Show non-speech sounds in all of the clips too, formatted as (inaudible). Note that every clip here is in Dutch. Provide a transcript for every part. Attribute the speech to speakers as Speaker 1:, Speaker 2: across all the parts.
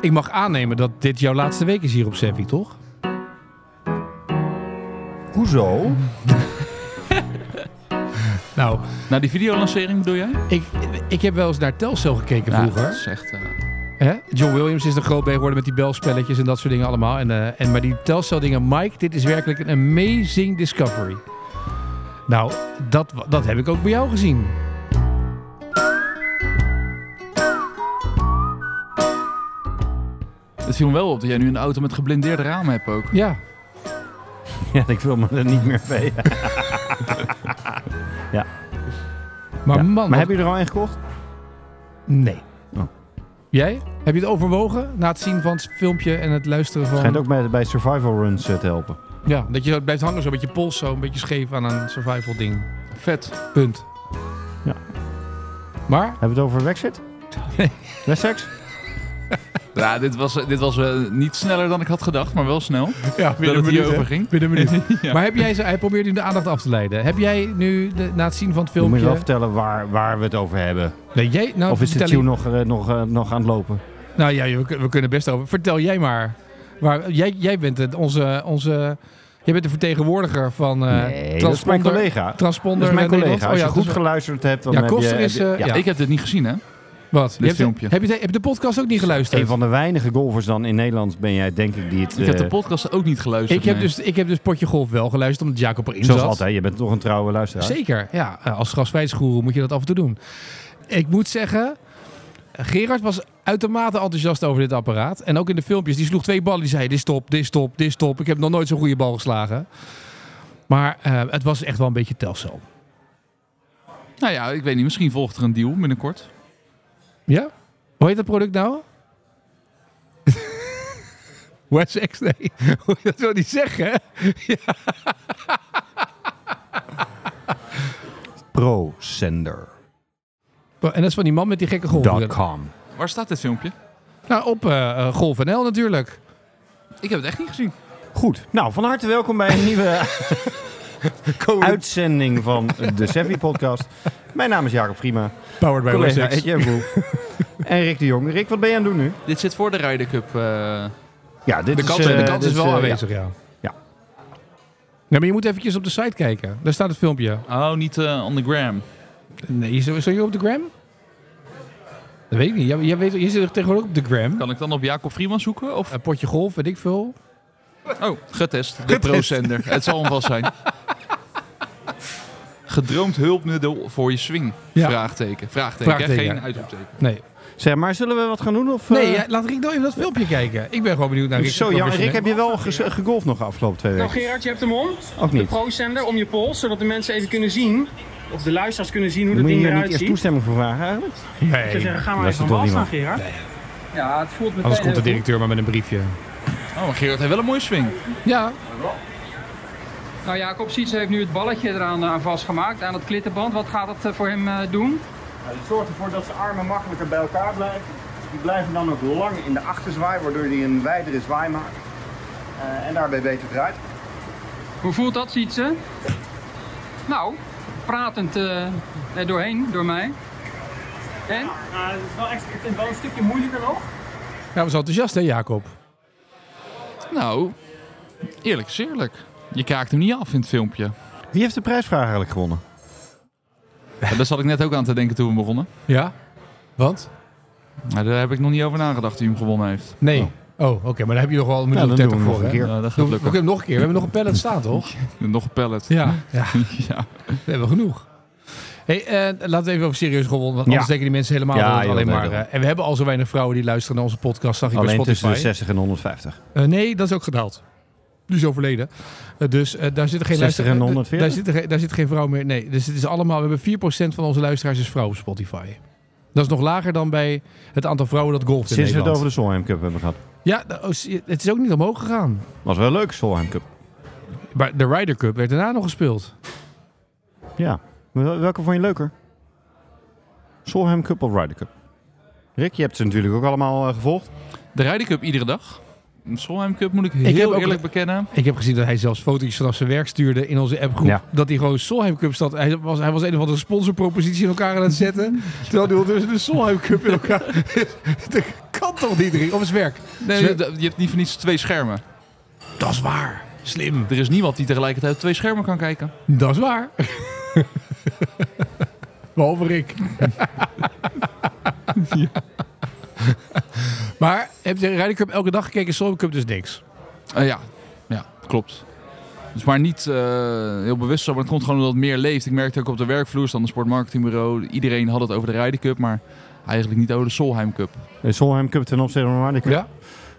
Speaker 1: Ik mag aannemen dat dit jouw laatste week is hier op Sevi, toch? (laughs)
Speaker 2: Hoezo?
Speaker 1: Nou,
Speaker 3: Na die videolancering bedoel jij?
Speaker 1: ik, ik heb wel eens naar Telcel gekeken vroeger.
Speaker 3: dat is echt... eh,
Speaker 1: Hè? John Williams is er groot bij geworden met die belspelletjes en dat soort dingen allemaal. En, eh, en, maar die Telstar dingen, Mike, dit is werkelijk een amazing discovery. Nou, dat, wa- dat heb ik ook bij jou gezien.
Speaker 3: het viel me wel op dat jij nu een auto met geblindeerde ramen hebt ook.
Speaker 1: Ja,
Speaker 2: (laughs) Ja, ik wil me er niet meer bij.
Speaker 1: maar
Speaker 2: Ja.
Speaker 1: man...
Speaker 2: Maar
Speaker 1: wat-
Speaker 2: heb je er al een gekocht?
Speaker 1: Nee.
Speaker 2: Oh.
Speaker 1: Jij? Heb je het overwogen na het zien van het filmpje en het luisteren van...
Speaker 2: Schijnt ook bij, bij survival runs eh, te helpen.
Speaker 1: Ja, dat je zo blijft hangen zo met je pols zo een beetje scheef aan een survival ding.
Speaker 3: Vet.
Speaker 1: Punt.
Speaker 2: Ja.
Speaker 1: Maar?
Speaker 2: Hebben we het over Wexit?
Speaker 1: Nee. (laughs)
Speaker 2: Wessex?
Speaker 3: Ja, dit was, dit was eh, niet sneller dan ik had gedacht, maar wel snel.
Speaker 1: Ja,
Speaker 3: dat het hierover ging.
Speaker 1: Binnen een minuut.
Speaker 3: (laughs) Ja.
Speaker 1: Maar heb jij, ze- hij probeert nu de aandacht af te leiden. Heb jij nu de- na het zien van het
Speaker 2: Je moet je wel
Speaker 1: filmpje...
Speaker 2: vertellen waar, waar we het over hebben.
Speaker 1: Nee, jij, nou,
Speaker 2: of is de
Speaker 1: vertel
Speaker 2: tune
Speaker 1: je-
Speaker 2: nog, eh, nog, eh, nog aan het lopen?
Speaker 1: Nou ja, joh, we, kun- we kunnen best over. Vertel jij maar. Waar, jij, jij bent het, onze, onze... Jij bent de vertegenwoordiger van... eh,
Speaker 2: nee, dat is mijn
Speaker 1: transponder-
Speaker 2: collega.
Speaker 1: Transponder.
Speaker 2: Dat is mijn
Speaker 1: eh, Nederland.
Speaker 2: collega. Als je
Speaker 1: Oh ja,
Speaker 2: goed
Speaker 1: dat is-
Speaker 2: geluisterd hebt, dan
Speaker 1: Ja,
Speaker 2: heb je...
Speaker 1: Koster is... eh, ja.
Speaker 3: Ja, Ik heb dit niet gezien, hè?
Speaker 1: Wat? Je hebt-
Speaker 3: filmpje.
Speaker 1: Heb je, de, heb je de podcast ook niet geluisterd?
Speaker 2: Een van de weinige golfers dan in Nederland ben jij, denk ik, die het...
Speaker 3: Ik heb de
Speaker 2: eh,
Speaker 3: podcast ook niet geluisterd.
Speaker 1: ik, heb
Speaker 3: nee.
Speaker 1: dus, ik heb dus Potje Golf wel geluisterd, omdat Jacob erin
Speaker 2: Zoals
Speaker 1: zat.
Speaker 2: altijd, je bent toch een trouwe luisteraar.
Speaker 1: Zeker, ja. Eh, Als graswijsgoeroe moet je dat af en toe doen. Ik moet zeggen, Gerard was uitermate enthousiast over dit apparaat. En ook in de filmpjes, die sloeg twee ballen. Die zei, dit is top, dit is top, dit is top. Ik heb nog nooit zo'n goede bal geslagen. Maar eh, het was echt wel een beetje telcel.
Speaker 3: Nou ja, ik weet niet. Misschien volgt er een deal binnenkort.
Speaker 1: Ja? Hoe heet dat product nou? (laughs) WestX, nee. (laughs) Hoe je dat wil niet zeggen, hè?
Speaker 2: Procender.com
Speaker 1: En dat is van die man met die gekke golfbril.
Speaker 3: Waar staat dit filmpje?
Speaker 1: Nou, op eh, eh, Golf NL natuurlijk.
Speaker 3: Ik heb het echt niet gezien.
Speaker 2: Goed. Nou, van harte welkom bij een
Speaker 1: (laughs)
Speaker 2: nieuwe uitzending van de Sevi podcast. Mijn naam is Jacob Prima.
Speaker 1: Powered by
Speaker 2: Collega
Speaker 1: WestX.
Speaker 2: Etienne (laughs) Boel. En Rick de Jong. Rick, wat ben je aan het doen nu?
Speaker 3: Dit zit voor de Ryder Cup. eh,
Speaker 2: Ja, dit
Speaker 1: De
Speaker 2: is,
Speaker 1: kans,
Speaker 2: eh,
Speaker 1: de kans
Speaker 2: dit
Speaker 1: is wel
Speaker 2: eh, ja.
Speaker 1: aanwezig, ja.
Speaker 2: Ja.
Speaker 1: Nee, maar je moet eventjes op de site kijken. Daar staat het filmpje.
Speaker 3: Oh, niet eh, on the gram.
Speaker 1: Nee, is is er hier op de gram? Dat weet ik niet. Jij, jij weet, je zit er tegenwoordig op de gram.
Speaker 3: Kan ik dan op Jacob Vrieman zoeken? Of...
Speaker 1: Een potje golf, weet ik veel.
Speaker 3: Oh, getest. De pro-zender. het zal hem vast zijn. (laughs) Gedroomd hulpmiddel voor je swing?
Speaker 1: Ja.
Speaker 3: Vraagteken. Vraagteken. hè?
Speaker 1: Vraagteken,
Speaker 3: Geen
Speaker 1: ja.
Speaker 3: uitroepteken.
Speaker 1: Nee
Speaker 2: Zeg, maar zullen we wat gaan doen? Of,
Speaker 1: Nee,
Speaker 2: eh,
Speaker 1: ja, laat Rick nou even dat filmpje kijken. Ik ben gewoon benieuwd naar Rick.
Speaker 2: zo jammer. Rick, heb je wel ges- gegolfd nog de afgelopen twee
Speaker 4: Nou
Speaker 2: weken?
Speaker 4: Gerard, je hebt hem om.
Speaker 2: Ook
Speaker 4: De
Speaker 2: niet.
Speaker 4: pro-zender om je pols, zodat de mensen even kunnen zien, of de luisteraars kunnen zien hoe dat
Speaker 2: Moet je
Speaker 4: ding
Speaker 2: hier niet
Speaker 4: eruit
Speaker 2: eerst
Speaker 4: ziet.
Speaker 2: toestemming voor vragen eigenlijk?
Speaker 4: Ik zou zeggen, ga
Speaker 2: dat
Speaker 4: maar
Speaker 2: is
Speaker 4: even aan
Speaker 2: toch
Speaker 4: wal staan,
Speaker 2: niemand.
Speaker 4: Gerard. Ja, het voelt meteen
Speaker 1: Anders komt de
Speaker 4: heel
Speaker 1: directeur maar met een briefje.
Speaker 3: Oh, maar Gerard heeft wel een mooie swing.
Speaker 1: Ja,
Speaker 4: goed. Nou, Jacob Siets heeft nu het balletje eraan eh, vastgemaakt, aan het klittenband. Wat gaat dat eh, voor hem eh, doen?
Speaker 5: Het zorgt ervoor dat zijn armen makkelijker bij elkaar blijven. Die blijven dan ook lang in de achterzwaai, waardoor die een wijdere zwaai maakt. Eh, en daarbij beter draait.
Speaker 4: Hoe voelt dat, Sietse? Nou, pratend eh, er doorheen, door mij. En?
Speaker 5: het is wel echt het is wel een stukje moeilijker nog.
Speaker 1: hij was enthousiast hè Jacob?
Speaker 3: Nou, eerlijk is eerlijk. Je kraakt hem niet af in het filmpje.
Speaker 2: Wie heeft de prijsvraag eigenlijk gewonnen?
Speaker 3: En daar zat ik net ook aan te denken toen we begonnen.
Speaker 1: Ja? Want?
Speaker 3: Maar daar heb ik nog niet over nagedacht wie hem gewonnen heeft.
Speaker 1: Nee. Oh, oké, maar daar heb je nog wel een minuut of
Speaker 2: dan doen we
Speaker 1: 30
Speaker 2: hem nog
Speaker 1: voor
Speaker 2: een
Speaker 1: hè?
Speaker 2: keer.
Speaker 3: Ja, dat gaat
Speaker 1: Doen we- We
Speaker 3: lukken.
Speaker 1: kunnen hem nog een keer. We hebben nog een pallet staan (laughs) toch?
Speaker 3: Nog een pallet.
Speaker 1: Ja. ja.
Speaker 3: (laughs) ja.
Speaker 1: We hebben genoeg. Hey, eh, laten we even over serieus gewonnen. Want
Speaker 2: Ja.
Speaker 1: anders denken die mensen helemaal
Speaker 2: Ja,
Speaker 1: dat het
Speaker 2: joh,
Speaker 1: alleen
Speaker 2: nee,
Speaker 1: maar.
Speaker 2: daarom.
Speaker 1: eh, en we hebben al zo weinig vrouwen die luisteren naar onze podcast. Zag ik bij
Speaker 2: Alleen tussen de
Speaker 1: Spotify.
Speaker 2: 60 en 150.
Speaker 1: Eh, nee, dat is ook gedaald. Die is overleden. Eh, dus eh, daar zitten geen
Speaker 2: 60
Speaker 1: luister- eh,
Speaker 2: en 140?
Speaker 1: Daar zit, geen- daar zit geen vrouw meer. Nee, dus het is allemaal. We hebben 4% van onze luisteraars is vrouw op Spotify. Dat is nog lager dan bij het aantal vrouwen dat golft in
Speaker 2: Sinds we het
Speaker 1: Nederland.
Speaker 2: over de Solheim Cup hebben gehad.
Speaker 1: Ja, de- oh, zie- het is ook niet omhoog gegaan.
Speaker 2: Was wel leuk, Solheim Cup.
Speaker 1: Maar de Ryder Cup werd daarna nog gespeeld.
Speaker 2: Ja. Wel- Welke vond je leuker? Solheim Cup of Ryder Cup? Rick, je hebt ze natuurlijk ook allemaal eh, gevolgd.
Speaker 3: De Ryder Cup iedere dag. De Solheim Cup moet ik heel
Speaker 1: heb ook-
Speaker 3: eerlijk bekennen.
Speaker 1: Ik heb gezien dat hij zelfs foto's vanaf zijn werk stuurde in onze appgroep.
Speaker 2: Ja.
Speaker 1: Dat hij gewoon Solheim Cup zat. Hij was, hij was een of andere (laughs) sponsorpropositie in elkaar aan het zetten. terwijl hij ondertussen de Solheim Cup in elkaar... (laughs) dat kan toch toch die drie? Op zijn werk.
Speaker 3: Nee,
Speaker 1: Zwer-
Speaker 3: je, je hebt niet voor niets twee schermen.
Speaker 1: Dat is waar. Slim.
Speaker 3: Er is niemand die tegelijkertijd op twee schermen kan kijken.
Speaker 1: Dat is waar. (laughs) Behalve (laughs) Rick. Maar heb je Ryder Cup elke dag gekeken? Solheim Cup dus niks.
Speaker 3: Eh, ja. ja, klopt. Dus maar niet eh, heel bewust zo, maar het komt gewoon omdat het meer leeft. Ik merkte ook op de werkvloer, dus dan een sportmarketingbureau. Iedereen had het over de Ryder Cup, maar eigenlijk niet over de Solheim Cup.
Speaker 2: De Eh, Solheim Cup ten opzichte van de Ryder Cup.
Speaker 1: Ja.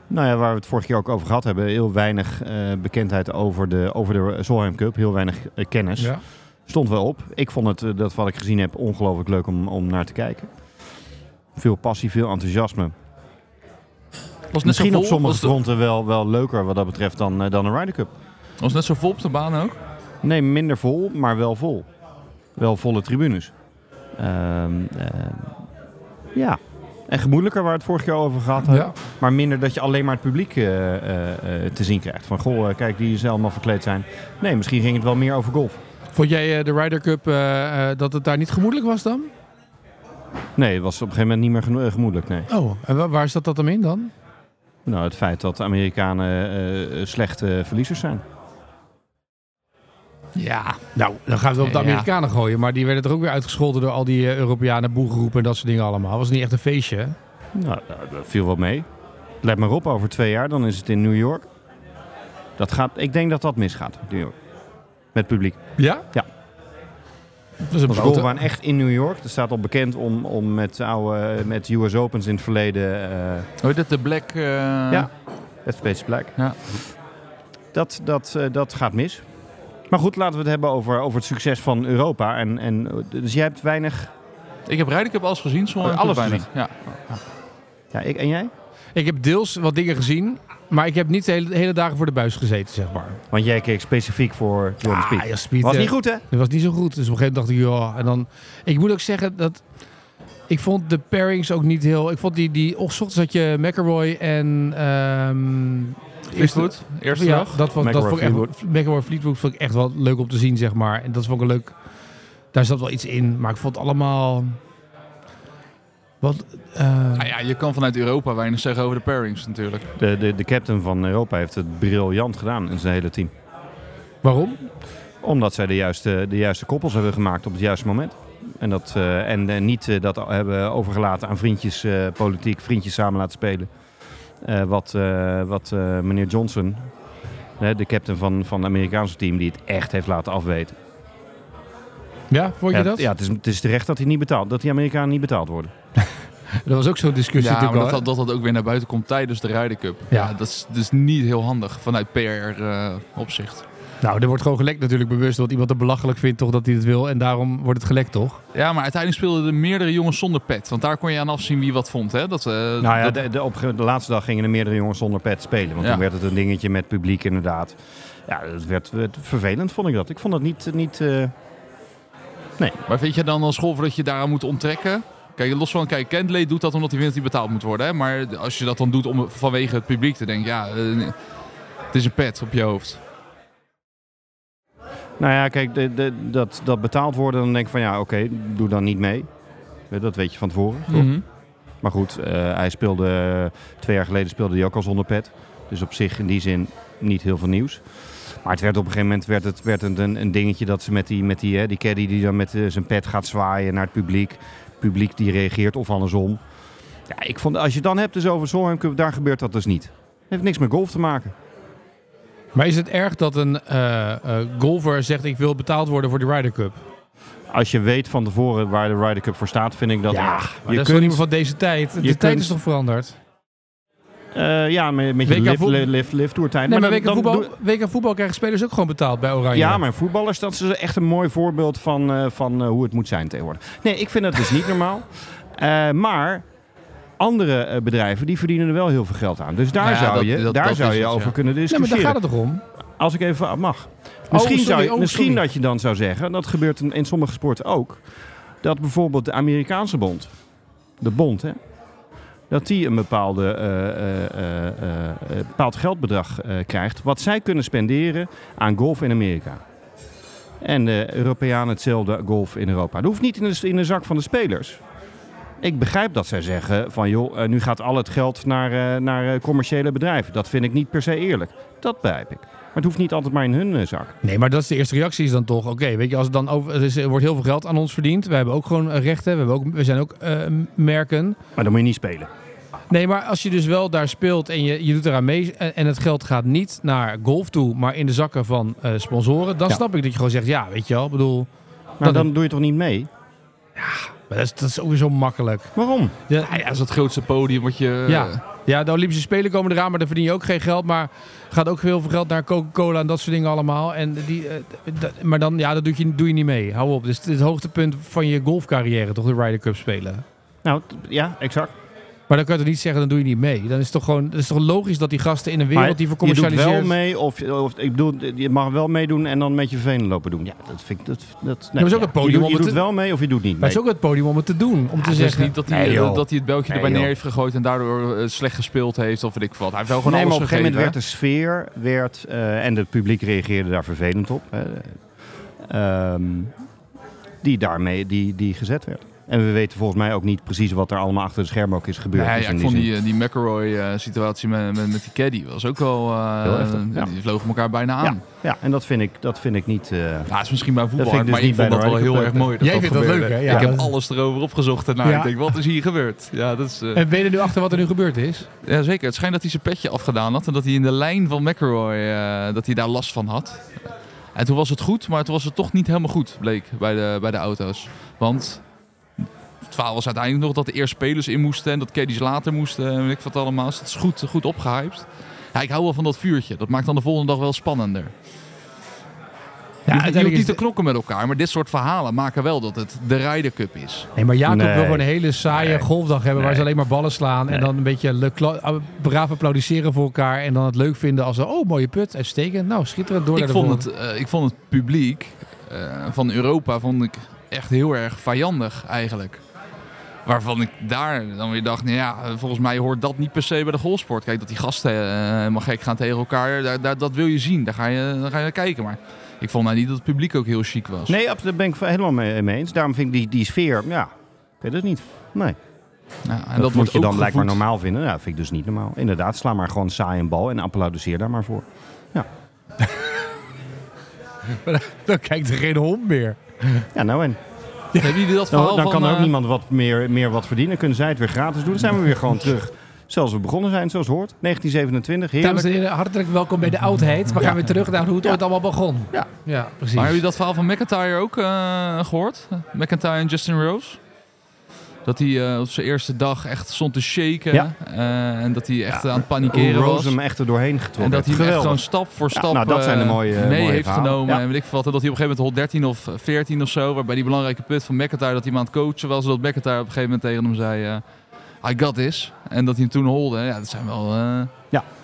Speaker 2: Nou ja, waar we het vorige keer ook over gehad hebben. Heel weinig eh, bekendheid over de, over de Solheim Cup. Heel weinig eh, kennis.
Speaker 1: ja.
Speaker 2: Stond wel op. Ik vond het, eh, dat wat ik gezien heb, ongelooflijk leuk om, om naar te kijken. Veel passie, veel enthousiasme.
Speaker 3: Het Was net zo
Speaker 2: Misschien
Speaker 3: vol,
Speaker 2: op sommige
Speaker 3: was het-
Speaker 2: fronten wel, wel leuker wat dat betreft dan, eh, dan een Ryder Cup.
Speaker 3: was net zo vol op de baan ook.
Speaker 2: Nee, minder vol, maar wel vol. Wel volle tribunes. Ehm, ehm, ja. En gemoedelijker waar we het vorige keer over gehad hebben.
Speaker 1: Ja.
Speaker 2: Maar minder dat je alleen maar het publiek eh, eh, eh, te zien krijgt. Van goh, eh, kijk, die zijn allemaal verkleed zijn. Nee, misschien ging het wel meer over golf.
Speaker 1: Vond jij eh, de Ryder Cup eh, eh, dat het daar niet gemoedelijk was dan?
Speaker 2: Nee, het was op een gegeven moment niet meer geno- eh, gemoedelijk. Nee.
Speaker 1: Oh, en wa- waar zat dat dan in dan?
Speaker 2: Nou, het feit dat de Amerikanen eh, eh, slechte verliezers zijn.
Speaker 3: Ja,
Speaker 1: Nou, dan gaan we het op de
Speaker 3: Ja.
Speaker 1: Amerikanen gooien. Maar die werden er ook weer uitgescholden door al die eh, Europeanen, boegeroepen en dat soort dingen allemaal. Was niet echt een feestje. hè?
Speaker 2: Nou, nou, dat viel wel mee. Let maar op, over twee jaar dan is het in New York. Dat gaat, ik denk dat dat misgaat, New York. Met publiek.
Speaker 1: Ja?
Speaker 2: Ja.
Speaker 1: Dat is een
Speaker 2: Want
Speaker 1: grote...
Speaker 2: golfbaan echt in New York. Dat staat al bekend om, om met, oude, met US Opens in het verleden. eh
Speaker 3: hoor je dat de Black... eh,
Speaker 2: Ja. het Space Black.
Speaker 3: Ja.
Speaker 2: Dat, dat, eh, dat gaat mis. Maar goed, laten we het hebben over, over het succes van Europa. En, en, eh, dus jij hebt weinig...
Speaker 3: Ik heb Ryder Cup alles gezien, Solheim
Speaker 2: Alles
Speaker 3: Cup weinig. Ja.
Speaker 2: Ja, ik, en jij?
Speaker 1: Ik heb deels wat dingen gezien, maar ik heb niet de hele, de hele dagen voor de buis gezeten, zeg maar.
Speaker 2: Want jij keek specifiek voor Jordan Speed.
Speaker 1: ja, Speed,
Speaker 2: Ah, Was
Speaker 1: eh,
Speaker 2: niet goed, hè?
Speaker 1: Dat was niet zo goed. Dus op een gegeven moment dacht ik, ja. En dan, ik moet ook zeggen dat ik vond de pairings ook niet heel. Ik vond die, die och, 's ochtends had je McElroy en. ehm
Speaker 3: Is goed. Eerste
Speaker 1: ja,
Speaker 3: dag.
Speaker 1: dat was dat
Speaker 2: McElroy,
Speaker 1: vond ik echt,
Speaker 2: Fleetwood.
Speaker 1: McElroy Fleetwood vond ik echt wel leuk om te zien, zeg maar. En dat vond ik een leuk. Daar zat wel iets in, maar ik vond het allemaal. Wat. eh,
Speaker 3: Nou ja, je kan vanuit Europa weinig zeggen over de pairings natuurlijk.
Speaker 2: De, de, de captain van Europa heeft het briljant gedaan in zijn hele team.
Speaker 1: waarom?
Speaker 2: Omdat zij de juiste, de juiste koppels hebben gemaakt op het juiste moment. En, dat, eh, en, eh, niet eh, dat hebben overgelaten aan vriendjes eh, politiek, vriendjes samen laten spelen. Eh, wat eh, wat eh, meneer Johnson, hè, de captain van, van het Amerikaanse team, die het echt heeft laten afweten.
Speaker 1: Ja, vond je
Speaker 2: ja,
Speaker 1: dat?
Speaker 2: het- Ja, het is, het is terecht dat, hij niet betaald, dat die Amerikanen niet betaald worden.
Speaker 1: Dat was ook zo'n discussie.
Speaker 3: Ja, maar
Speaker 1: natuurlijk
Speaker 3: dat,
Speaker 1: al,
Speaker 3: dat dat ook weer naar buiten komt tijdens de Ryder Cup.
Speaker 1: Ja.
Speaker 3: Ja, dat, is, dat is niet heel handig vanuit eh, PR-opzicht.
Speaker 1: hè? Nou, er wordt gewoon gelekt natuurlijk bewust, want iemand het belachelijk vindt toch dat hij het wil. En daarom wordt het gelekt, toch?
Speaker 3: ja, maar uiteindelijk speelden er meerdere jongens zonder pet. Want daar kon je aan afzien wie wat vond. Hè? Dat, eh,
Speaker 2: Nou ja,
Speaker 3: dat-
Speaker 2: de, de, op ge- de laatste dag gingen er meerdere jongens zonder pet spelen. Want
Speaker 3: Ja.
Speaker 2: toen werd het een dingetje met publiek inderdaad. Ja, het werd, werd vervelend, vond ik dat. Ik vond het niet... niet eh,
Speaker 3: Maar vind je dan als golfer dat je daaraan moet onttrekken? Kijk, los van, kijk, Kentley doet dat omdat hij vindt dat hij betaald moet worden. Hè? Maar als je dat dan doet om, vanwege het publiek te denken, ja, eh, nee. het is een pet op je hoofd.
Speaker 2: Nou ja, kijk, de, de, dat, dat betaald worden, dan denk ik van ja, oké, doe dan niet mee. Eh, Dat weet je van tevoren. toch?
Speaker 3: Mhm.
Speaker 2: Maar goed, eh, hij speelde, twee jaar geleden speelde hij ook al zonder pet. Dus op zich in die zin niet heel veel nieuws. Maar het werd op een gegeven moment werd het, werd het een, een dingetje dat ze met die, met die, hè, die caddy die dan met eh, zijn pet gaat zwaaien naar het publiek. Het publiek die reageert of andersom. Ja, ik vond, als je het dan hebt dus over Solheim Cup, daar gebeurt dat dus niet. Het heeft niks met golf te maken.
Speaker 1: Maar is het erg dat een eh, eh, golfer zegt ik wil betaald worden voor de Ryder Cup?
Speaker 2: Als je weet van tevoren waar de Ryder Cup voor staat, vind ik dat erg.
Speaker 1: maar dat
Speaker 2: Je
Speaker 1: is toch niet meer van deze tijd? De tijd
Speaker 2: kunt-
Speaker 1: is toch veranderd?
Speaker 2: Eh, ja, met, met je
Speaker 1: WK
Speaker 2: lift,
Speaker 1: voet-
Speaker 2: lift, lift, toertijd.
Speaker 1: Nee, maar,
Speaker 2: dan-
Speaker 1: WK,
Speaker 2: dan
Speaker 1: voetbal, Oh,
Speaker 2: doe-
Speaker 1: WK voetbal krijgen spelers ook gewoon betaald bij Oranje.
Speaker 2: Ja, maar voetballers, dat is echt een mooi voorbeeld van, eh, van eh, hoe het moet zijn tegenwoordig. Nee, ik vind dat dus niet normaal. Eh, maar andere eh, bedrijven, die verdienen er wel heel veel geld aan. Dus daar
Speaker 3: Nou ja,
Speaker 2: zou
Speaker 3: dat-
Speaker 2: je,
Speaker 3: dat-
Speaker 2: daar
Speaker 3: dat
Speaker 2: zou
Speaker 3: is
Speaker 2: je
Speaker 3: het,
Speaker 2: over
Speaker 3: ja.
Speaker 2: kunnen
Speaker 1: Nee, maar
Speaker 2: discussiëren.
Speaker 1: daar gaat het toch om?
Speaker 2: Als ik even ah, mag. Misschien,
Speaker 1: sorry,
Speaker 2: zou je,
Speaker 1: oh,
Speaker 2: misschien
Speaker 1: sorry.
Speaker 2: dat je dan zou zeggen, dat gebeurt in, in sommige sporten ook, dat bijvoorbeeld de Amerikaanse bond, de bond hè, dat die een bepaalde, eh, eh, eh, eh, eh, bepaald geldbedrag eh, krijgt wat zij kunnen spenderen aan golf in Amerika. eh, En de Europeanen hetzelfde golf in Europa. Dat hoeft niet in de, in de zak van de spelers. Ik begrijp dat zij zeggen van joh, eh, nu gaat al het geld naar, eh, naar eh, commerciële bedrijven. Dat vind ik niet per se eerlijk. Dat begrijp ik. Maar het hoeft niet altijd maar in hun eh, zak.
Speaker 1: Nee, maar dat is de eerste reactie is dan toch. Oké, weet je, als het dan over, er, is- er wordt heel veel geld aan ons verdiend. Wij hebben ook gewoon eh, rechten. We, hebben ook, we zijn ook eh, merken.
Speaker 2: Maar dan moet je niet spelen.
Speaker 1: Nee, maar als je dus wel daar speelt en je, je doet eraan mee. eh, En, en het geld gaat niet naar golf toe, maar in de zakken van eh, sponsoren. Dan
Speaker 2: Ja.
Speaker 1: snap ik dat je gewoon zegt: ja, weet je wel, ik bedoel.
Speaker 2: Maar
Speaker 1: Dat-
Speaker 2: dan doe je toch niet mee?
Speaker 1: Maar dat is, dat is ook weer zo makkelijk.
Speaker 2: Waarom?
Speaker 1: Ja,
Speaker 3: Ja, dat is het grootste podium wat je... eh,
Speaker 1: ja. ja, de Olympische Spelen komen eraan, maar daar verdien je ook geen geld. Maar gaat ook heel veel geld naar Coca-Cola en dat soort dingen allemaal. En die, eh, dat- maar dan, ja, dat doe je, doe je niet mee. Hou op. Dus het, is het hoogtepunt van je golfcarrière, toch? De Ryder Cup spelen.
Speaker 2: Nou, t- ja, exact.
Speaker 1: Maar dan kan je toch niet zeggen, dan doe je niet mee. Dan is het toch gewoon, het is toch logisch dat die gasten in een wereld
Speaker 2: Maar
Speaker 1: die
Speaker 2: je doet
Speaker 1: vercommercialiseert...
Speaker 2: wel mee, of, of ik bedoel, je mag wel meedoen en dan met je venen lopen doen. Ja, dat vind ik. Dat, dat, nee,
Speaker 1: is ook
Speaker 2: ja.
Speaker 1: een podium
Speaker 2: Je, doet,
Speaker 1: om
Speaker 2: je
Speaker 1: het
Speaker 2: doet
Speaker 1: te-
Speaker 2: wel mee of je doet niet
Speaker 1: Maar
Speaker 2: mee.
Speaker 1: het is ook het podium om het te doen. Om te
Speaker 3: Het is
Speaker 1: zeggen,
Speaker 3: niet dat hij, eh,
Speaker 2: Nee, joh.
Speaker 3: dat hij het beltje
Speaker 2: Nee,
Speaker 3: erbij
Speaker 2: joh.
Speaker 3: neer heeft gegooid en daardoor eh, slecht gespeeld heeft of weet ik wat. Hij heeft wel gewoon
Speaker 2: nee, maar
Speaker 3: alles
Speaker 2: op een gegeven
Speaker 3: gegeven.
Speaker 2: moment werd de sfeer werd, eh, en het publiek reageerde daar vervelend op. hè. Ehm, die daarmee die, die gezet werd. En we weten volgens mij ook niet precies wat er allemaal achter de schermen ook is
Speaker 3: hè?
Speaker 2: gebeurd.
Speaker 3: Nee,
Speaker 2: Dus
Speaker 3: ja,
Speaker 2: in
Speaker 3: ik vond
Speaker 2: zin-
Speaker 3: die, eh, die McElroy-situatie met, met, met die caddy was ook wel... eh,
Speaker 2: Heel heftig, ja.
Speaker 3: Die vlogen elkaar bijna aan.
Speaker 2: ja,
Speaker 3: Ja.
Speaker 2: ja, en dat vind ik, dat vind ik niet. eh,
Speaker 3: het Nou, is misschien bij voetbal,
Speaker 2: vind ik dus
Speaker 3: maar ik
Speaker 2: niet
Speaker 3: vond
Speaker 2: bij
Speaker 3: dat
Speaker 2: de
Speaker 3: wel
Speaker 2: Ryder
Speaker 3: heel
Speaker 2: Cup,
Speaker 3: erg
Speaker 2: hè.
Speaker 3: mooi. Dat
Speaker 1: Jij
Speaker 3: dat
Speaker 1: vindt dat
Speaker 3: gebeurde.
Speaker 1: leuk, hè? Ja.
Speaker 3: Ik heb
Speaker 1: Dat-
Speaker 3: alles erover opgezocht daarna.
Speaker 1: Ja.
Speaker 3: Ik denk, wat is hier gebeurd? Ja, dat is... eh,
Speaker 1: en ben je er nu achter wat er nu gebeurd is?
Speaker 3: Ja, zeker. Het schijnt dat hij zijn petje afgedaan had en dat hij in de lijn van McElroy eh, dat hij daar last van had. En toen was het goed, maar toen was het toch niet helemaal goed, bleek bij de, bij de auto's. Want het verhaal was uiteindelijk nog dat er eerst spelers in moesten en dat caddies later moesten en weet ik wat allemaal. Dus dat is goed, goed opgehyped. Ja, ik hou wel van dat vuurtje. Dat maakt dan de volgende dag wel spannender.
Speaker 1: Ja,
Speaker 3: Ja, je hoeft
Speaker 1: uiteindelijk is
Speaker 3: niet te
Speaker 1: de-
Speaker 3: knokken met elkaar, maar dit soort verhalen maken wel dat het de Ryder Cup is.
Speaker 1: Nee, maar Jacob
Speaker 2: Nee.
Speaker 1: wil gewoon een hele saaie
Speaker 2: Nee.
Speaker 1: golfdag hebben waar ze
Speaker 2: Nee.
Speaker 1: alleen maar ballen slaan.
Speaker 2: Nee.
Speaker 1: En dan een beetje le- kla- ah, braaf applaudisseren voor elkaar. En dan het leuk vinden als ze, oh, mooie put, uitstekend. Nou, schitterend door
Speaker 3: Ik
Speaker 1: naar
Speaker 3: vond,
Speaker 1: de
Speaker 3: het, eh, ik vond het publiek eh, van Europa vond ik echt heel erg vijandig eigenlijk. Waarvan ik daar dan weer dacht, nou ja, eh, volgens mij hoort dat niet per se bij de golfsport. Kijk, dat die gasten eh, helemaal gek gaan tegen elkaar, daar, daar, dat wil je zien. Daar ga je, daar ga je naar kijken. Maar ik vond nou niet dat het publiek ook heel chic was.
Speaker 2: Nee, absoluut, daar ben ik helemaal mee, mee eens. Daarom vind ik die, die sfeer, ja, ik weet het niet. Nee.
Speaker 3: Ja, Nou, en
Speaker 2: En dat, moet je dan
Speaker 3: ook
Speaker 2: blijkbaar
Speaker 3: gevoed.
Speaker 2: normaal vinden. Ja, dat vind ik dus niet normaal. Inderdaad, sla maar gewoon saai een bal en applaudisseer daar maar voor.
Speaker 1: volgende. Dan kijkt er geen hond meer.
Speaker 2: Ja, nou en.
Speaker 3: Hebben jullie dat verhaal
Speaker 2: Oh, Dan, dan
Speaker 3: van,
Speaker 2: kan er ook
Speaker 3: eh,
Speaker 2: niemand wat meer, meer wat verdienen. Kunnen zij het weer gratis doen. Dan zijn we weer
Speaker 3: (laughs)
Speaker 2: gewoon terug. Zoals we begonnen zijn, zoals hoort. 1927,
Speaker 1: Dames
Speaker 2: heerlijk.
Speaker 1: en heren, hartelijk welkom bij de oudheid. We gaan weer terug naar hoe het ooit allemaal begon.
Speaker 2: Ja.
Speaker 1: Mhm. ja precies.
Speaker 3: Maar hebben jullie dat verhaal van McIntyre ook eh, gehoord? McIntyre en Justin Rose? Dat hij eh, op zijn eerste dag echt stond te shaken.
Speaker 2: Ja.
Speaker 3: eh, en dat hij echt aan het
Speaker 2: Hoe
Speaker 3: panikeren was.
Speaker 2: Rose hem echt er doorheen getrokken.
Speaker 3: En dat hij
Speaker 2: heeft.
Speaker 3: hem echt
Speaker 2: Geweldig.
Speaker 3: gewoon stap voor
Speaker 2: Ja,
Speaker 3: stap
Speaker 2: nou, dat
Speaker 3: eh,
Speaker 2: zijn de mooie-
Speaker 3: mee
Speaker 2: mooie
Speaker 3: heeft
Speaker 2: verhalen.
Speaker 3: genomen.
Speaker 2: Ja.
Speaker 3: En weet ik veel wat. En dat hij op een gegeven moment hol 13 of 14 of zo. Waarbij die belangrijke put van McIntyre dat hij hem aan het coachen was. Dat McIntyre op een gegeven moment tegen hem zei... eh, I got this. En dat hij hem toen holde. Ja, dat zijn wel... eh,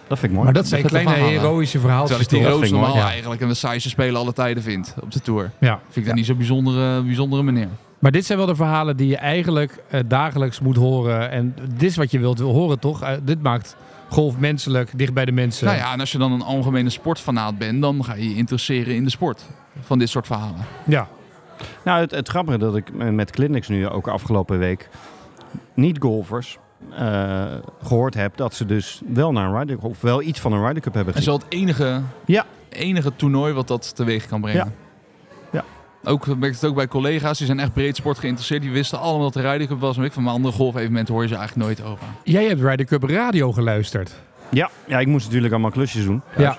Speaker 2: Dat vind ik mooi.
Speaker 1: Maar dat zijn
Speaker 3: Dat
Speaker 1: kleine
Speaker 3: verhalen.
Speaker 1: heroïsche verhaaltjes.
Speaker 3: Terwijl ik die
Speaker 1: toch?
Speaker 3: Roos
Speaker 2: ging
Speaker 3: normaal
Speaker 1: mooi, ja.
Speaker 3: eigenlijk een saaiste speler alle tijden vindt op de Tour.
Speaker 1: Ja.
Speaker 3: Vind ik dat niet zo'n bijzondere, bijzondere meneer.
Speaker 1: Maar dit zijn wel de verhalen die je eigenlijk eh, dagelijks moet horen. En dit is wat je wilt horen, toch? Eh, dit maakt golf menselijk, dicht bij de mensen.
Speaker 3: Nou ja, en als je dan een algemene sportfanaat bent, dan ga je je interesseren in de sport van dit soort verhalen.
Speaker 1: Ja.
Speaker 2: Nou, het, het grappige dat ik eh, met clinics nu ook afgelopen week niet-golfers eh, gehoord heb dat ze dus wel naar een Ryder Cup, of wel iets van een Ryder Cup hebben
Speaker 3: En
Speaker 2: gezien.
Speaker 3: zo het enige,
Speaker 2: Ja.
Speaker 3: enige toernooi wat dat teweeg kan brengen.
Speaker 2: Ja.
Speaker 3: Ook eh, merk ik het ook bij collega's, die zijn echt breed sport geïnteresseerd. Die wisten allemaal dat de Ryder Cup was. Maar ik van mijn andere golfevenementen hoor je ze eigenlijk nooit over.
Speaker 1: Jij hebt Ryder Cup Radio geluisterd.
Speaker 2: Ja, ja, ik moest natuurlijk allemaal klusjes doen.
Speaker 1: Ja.